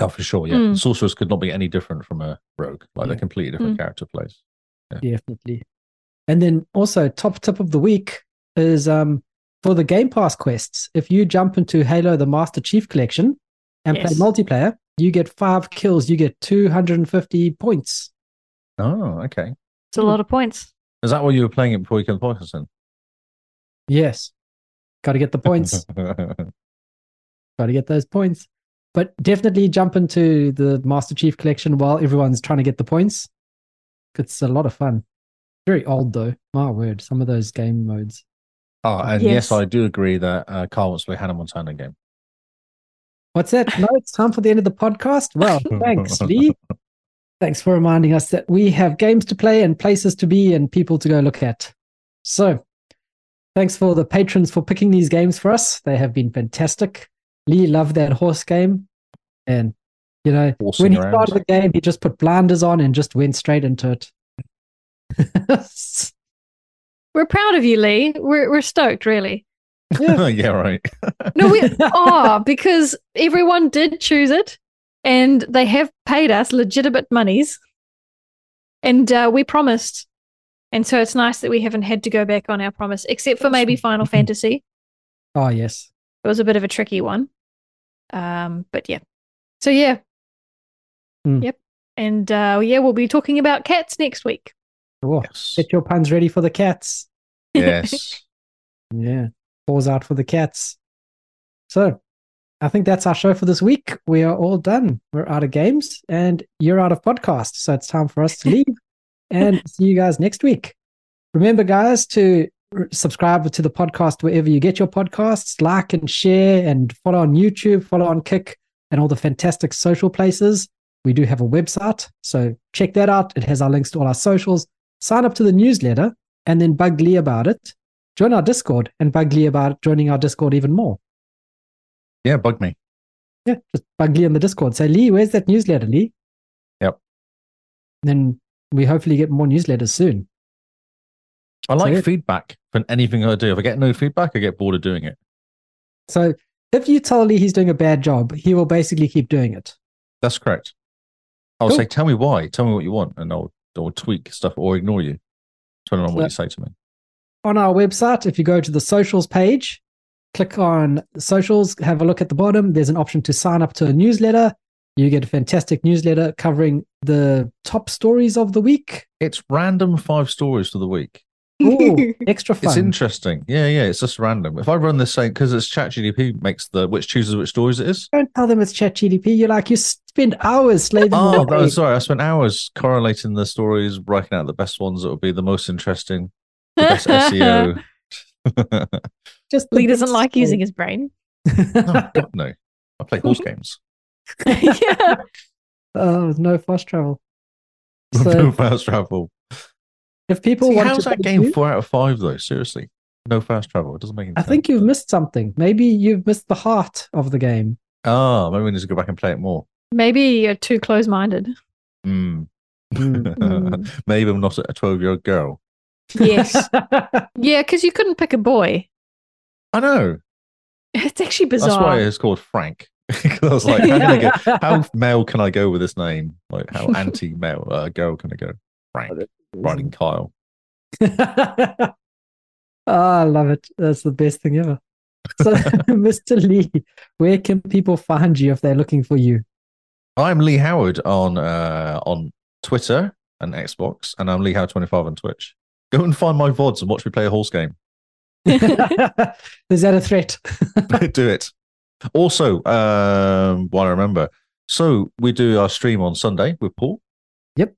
Oh, for sure. Yeah. Mm. Sorcerers could not be any different from a rogue. Like they're Yeah. completely different character plays. Definitely. And then also top tip of the week is um for the Game Pass quests. If you jump into Halo the Master Chief Collection and play Yes. multiplayer, you get five kills, you get 250 points. Oh, okay. It's a lot of points. Is that why you were playing it before you came to Parkinson? Yes. Got to get the points. Oh, Got to get those points. But definitely jump into the Master Chief Collection while everyone's trying to get the points. It's a lot of fun. Very old though. My word, some of those game modes. Oh, and yes. Yes. I do agree that uh, Carl wants to play Hannah Montana game. What's that? No, it's time for the end of the podcast. Well, thanks, Lee. Thanks for reminding us that we have games to play and places to be and people to go look at. So, thanks for the patrons for picking these games for us. They have been fantastic. Lee loved that horse game. And, you know, Horsing when he around. started the game, he just put blinders on and just went straight into it. We're proud of you, Lee. We're we're stoked, really. yeah. yeah, right. No, we are because everyone did choose it, and they have paid us legitimate monies, and uh, we promised. And so it's nice that we haven't had to go back on our promise, except for maybe Final Fantasy. Oh, yes. It was a bit of a tricky one, um, but yeah. So yeah, Hmm. yep, and uh, yeah, we'll be talking about cats next week. Oh, Yes. get your puns ready for the cats. yes. Yeah. Paws out for the cats. So I think that's our show for this week. We are all done. We're out of games and you're out of podcasts. So it's time for us to leave and see you guys next week. Remember, guys, to r- subscribe to the podcast wherever you get your podcasts, like and share, and follow on YouTube, follow on Kick, and all the fantastic social places. We do have a website. So check that out. It has our links to all our socials. Sign up to the newsletter and then bug Lee about it join our Discord and bug Lee about joining our Discord even more. Yeah, bug me. Yeah, just bug Lee on the Discord. Say, Lee, where's that newsletter, Lee? Yep. Then we hopefully get more newsletters soon. I So, like yeah. feedback for anything I do. If I get no feedback, I get bored of doing it. So if you tell Lee he's doing a bad job, he will basically keep doing it. That's correct. I'll Cool. say, tell me why. Tell me what you want, and I'll, I'll tweak stuff or ignore you, depending on what Yeah. you say to me. On our website, if you go to the socials page, click on socials, have a look at the bottom. There's an option to sign up to a newsletter. You get a fantastic newsletter covering the top stories of the week. It's random five stories for the week. Ooh, extra fun. It's interesting. Yeah, yeah. It's just random. If I run this same, because it's ChatGDP makes the which chooses which stories it is. Don't tell them it's ChatGDP. You're like, you spend hours slaving. Oh, away. no, sorry. I spent hours correlating the stories, writing out the best ones that would be the most interesting, the best E SEO. no, Just Lee doesn't like using his brain. Oh, God, no. I play horse games. yeah. Oh, there's no fast travel. no So fast travel. if people See, want how's to that play game you, four out of five, though? Seriously. No fast travel. It doesn't make any I sense. think you've missed something. Maybe you've missed the heart of the game. Ah, maybe we need to go back and play it more. Maybe you're too close-minded. Mm. Mm-hmm. Mm. maybe I'm not a 12 year old girl. Yes. yeah, because you couldn't pick a boy. I know. It's actually That's why bizarre. it's called Frank. 'Cause I was like, how, can I go, how male can I go with this name? Like, how anti male uh, girl can I go? Frank, riding Kyle. oh, Ah, I love it. That's the best thing ever. So, Mr. Lee, where can people find you if they're looking for you? I'm Lee Howard on uh, on Twitter and Xbox, and I'm Lee Howard25 on Twitch. Go and find my VODs and watch me play a horse game. Is that a threat? do it. Also, um, while I remember, so we do our stream on Sunday with Paul. Yep.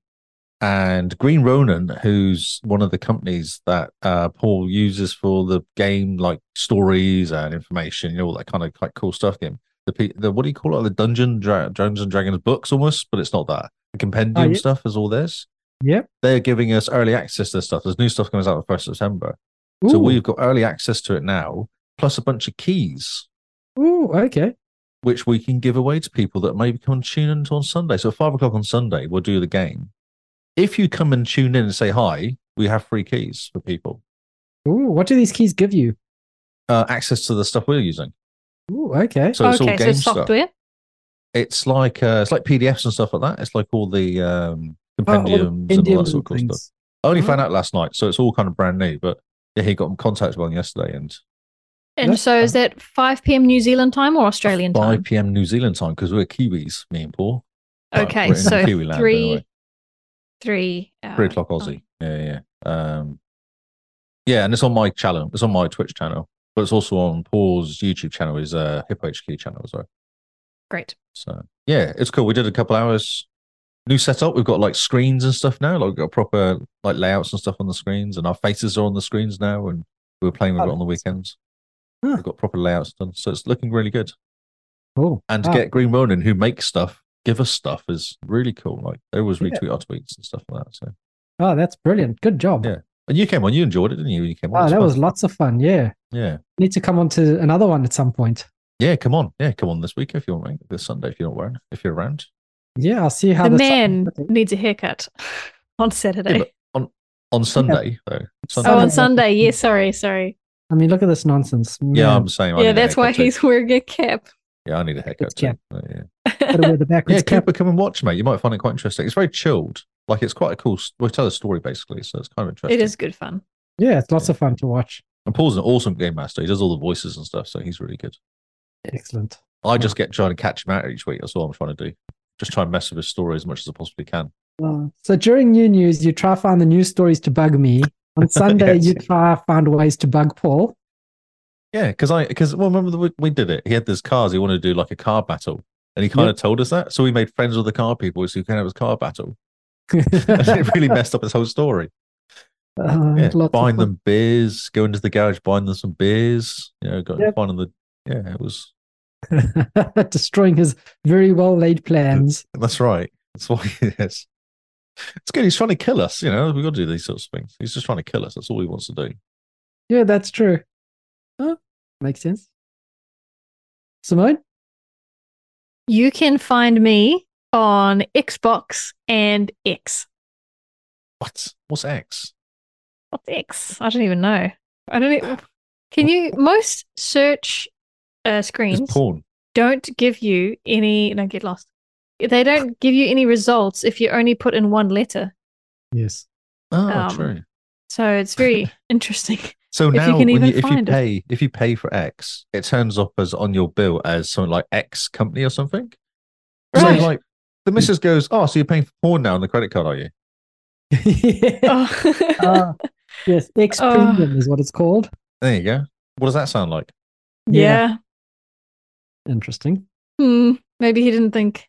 and Green Ronin, who's one of the companies that uh, Paul uses for the game, like stories and information, you know, all that kind of like cool stuff. Game the pe- the what do you call it? The Dungeon Dra- Dungeons and Dragons books, almost, but it's not that. The compendium Oh, yeah. stuff is all this. Yep. They're giving us early access to this stuff. There's new stuff comes out on the first of September, so Ooh, we've got early access to it now, plus a bunch of keys. Ooh, okay. Which we can give away to people that maybe come and tune in on Sunday. So at five o'clock on Sunday, we'll do the game if you come and tune in and say hi, we have free keys for people. Ooh, what do these keys give you? Uh, access to the stuff we're using. Ooh, okay. So it's all okay, so game stuff. software. It's like uh, it's like PDFs and stuff like that. It's like all the um, Oh, compendiums and all that sort of cool stuff. I only Mm-hmm. Oh. found out last night, so it's all kind of brand new. But yeah, he got in contact with one yesterday and And That's so is that 5 p.m. New Zealand time or Australian 5 time? p.m. New Zealand time because we're Kiwis, me and Paul. Well, Okay, we're in so Kiwi land, three, anyway. three, uh, Three o'clock oh, Aussie. Yeah, yeah. Um, yeah, and it's on my channel. It's on my Twitch channel, but it's also on Paul's YouTube channel, his uh, Hippo HQ channel as well. Great. So yeah, it's cool. We did a couple hours. New setup. We've got like screens and stuff now. Like we've got proper like layouts and stuff on the screens, and our faces are on the screens now. And we were playing with Oh, it on the weekends. Huh. We've got proper layouts done, so it's looking really good. Cool. And to Wow. get Green Ronin, who makes stuff, give us stuff is really cool. Like they always Yeah. retweet our tweets and stuff like that. So Oh, that's brilliant. Good job. Yeah. and you came on, you enjoyed it, didn't you? You came on. Wow, It's Ah, that fun. was lots of fun. Yeah. yeah, Need to come on to another one at some point. yeah. Come on, yeah, come on this week if you want, mate. This Sunday if you're not wearing, if you're around. Yeah, I'll see how The this- man needs a haircut on Saturday. but On Sunday though, Sunday. oh, Sunday. on Sunday. Yeah, sorry, sorry. I mean, look at this nonsense. yeah, Man, I'm saying. I need yeah, a that's why haircut too. he's wearing a cap. Yeah, I need a haircut. It's Too. Cap. Uh, yeah, gotta wear the yeah backwards cap. Cooper, come and watch, mate. You might find it quite interesting. It's very chilled. Like it's quite a cool. s- We tell a story basically, so it's kind of interesting. it is good fun. Yeah, it's lots of fun to watch. And Paul's an awesome game master. He does all the voices and stuff, so he's really good. Excellent. I just get trying to catch him out each week. That's all I'm trying to do. Just try and mess with his story as much as I possibly can. So during new news, you try find the news stories to bug me. On Sunday, Yes. you try find ways to bug Paul. Yeah, because I because well remember the, we, we did it. He had this cars. He wanted to do like a car battle, and he kind of told us that. So we made friends with the car people, so he can have his car battle. And it really messed up his whole story. Uh, yeah, lots of buying fun. them beers, go into the garage, buying them some beers. You know, got Yep. finding the yeah, it was destroying his very well laid plans. that's right. That's why yes, it's good. He's trying to kill us. You know, we've got to do these sorts of things. He's just trying to kill us. That's all he wants to do. Yeah, that's true. Huh? Makes sense. Simone? You can find me on Xbox and X. What? What's X? What's X? I don't even know. I don't. e- Can you most search uh, It's screens? porn. don't give you any no get lost they don't give you any results if you only put in one letter Yes. Oh, Um, true. so it's very interesting So you now, can even when you, if you find it. pay, if you pay for X, it turns up as on your bill as something like X company or something. Right. So like the missus goes, "Oh, so you're paying for porn now on the credit card, are you?" oh. uh, Ah, yes, X Oh. Premium is what it's called. There you go. What does that sound like? yeah, Interesting. Hmm. maybe he didn't think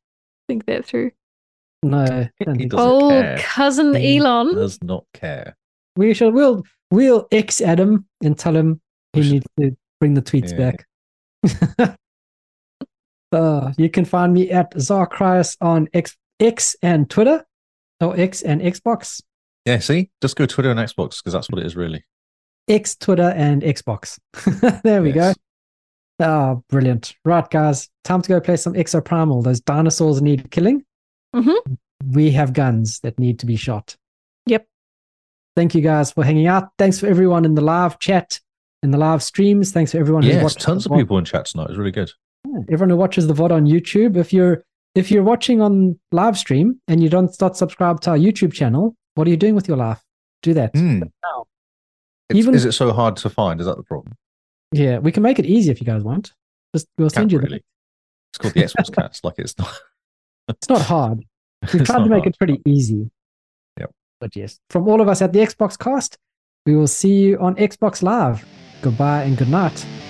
think that through No, I don't He think- doesn't oh care. cousin He elon Does not care. we shall we'll we'll X Adam and tell him he We should- needs to bring the tweets Yeah. back. uh, you can find me at Zarkrius on X X and Twitter. or X and Xbox. Yeah, see, just go Twitter and Xbox because that's what it is really. X Twitter and Xbox. there we go. Yes. Ah, brilliant. Right, guys. Time to go play some Exoprimal. Those dinosaurs need killing. Mhm. We have guns that need to be shot. Yep. Thank you guys for hanging out. Thanks for everyone in the live chat, in the live streams. Thanks for everyone who Yes, watches. tons the of VOD. people in chat tonight. It's really good. Everyone who watches the VOD on YouTube. If you're if you're watching on live stream and you don't not subscribe to our YouTube channel, what are you doing with your life? Do that. Hmm. Now, It's- even- is it so hard to find? Is that the problem? Yeah, we can make it easy if you guys want. Just we'll Can't send you the really. It's called the Xbox Cast. Like it's not. It's not hard. It's We've tried to not make hard. it pretty easy. Yep. But yes, from all of us at the Xbox Cast, we will see you on Xbox Live. Goodbye and good night.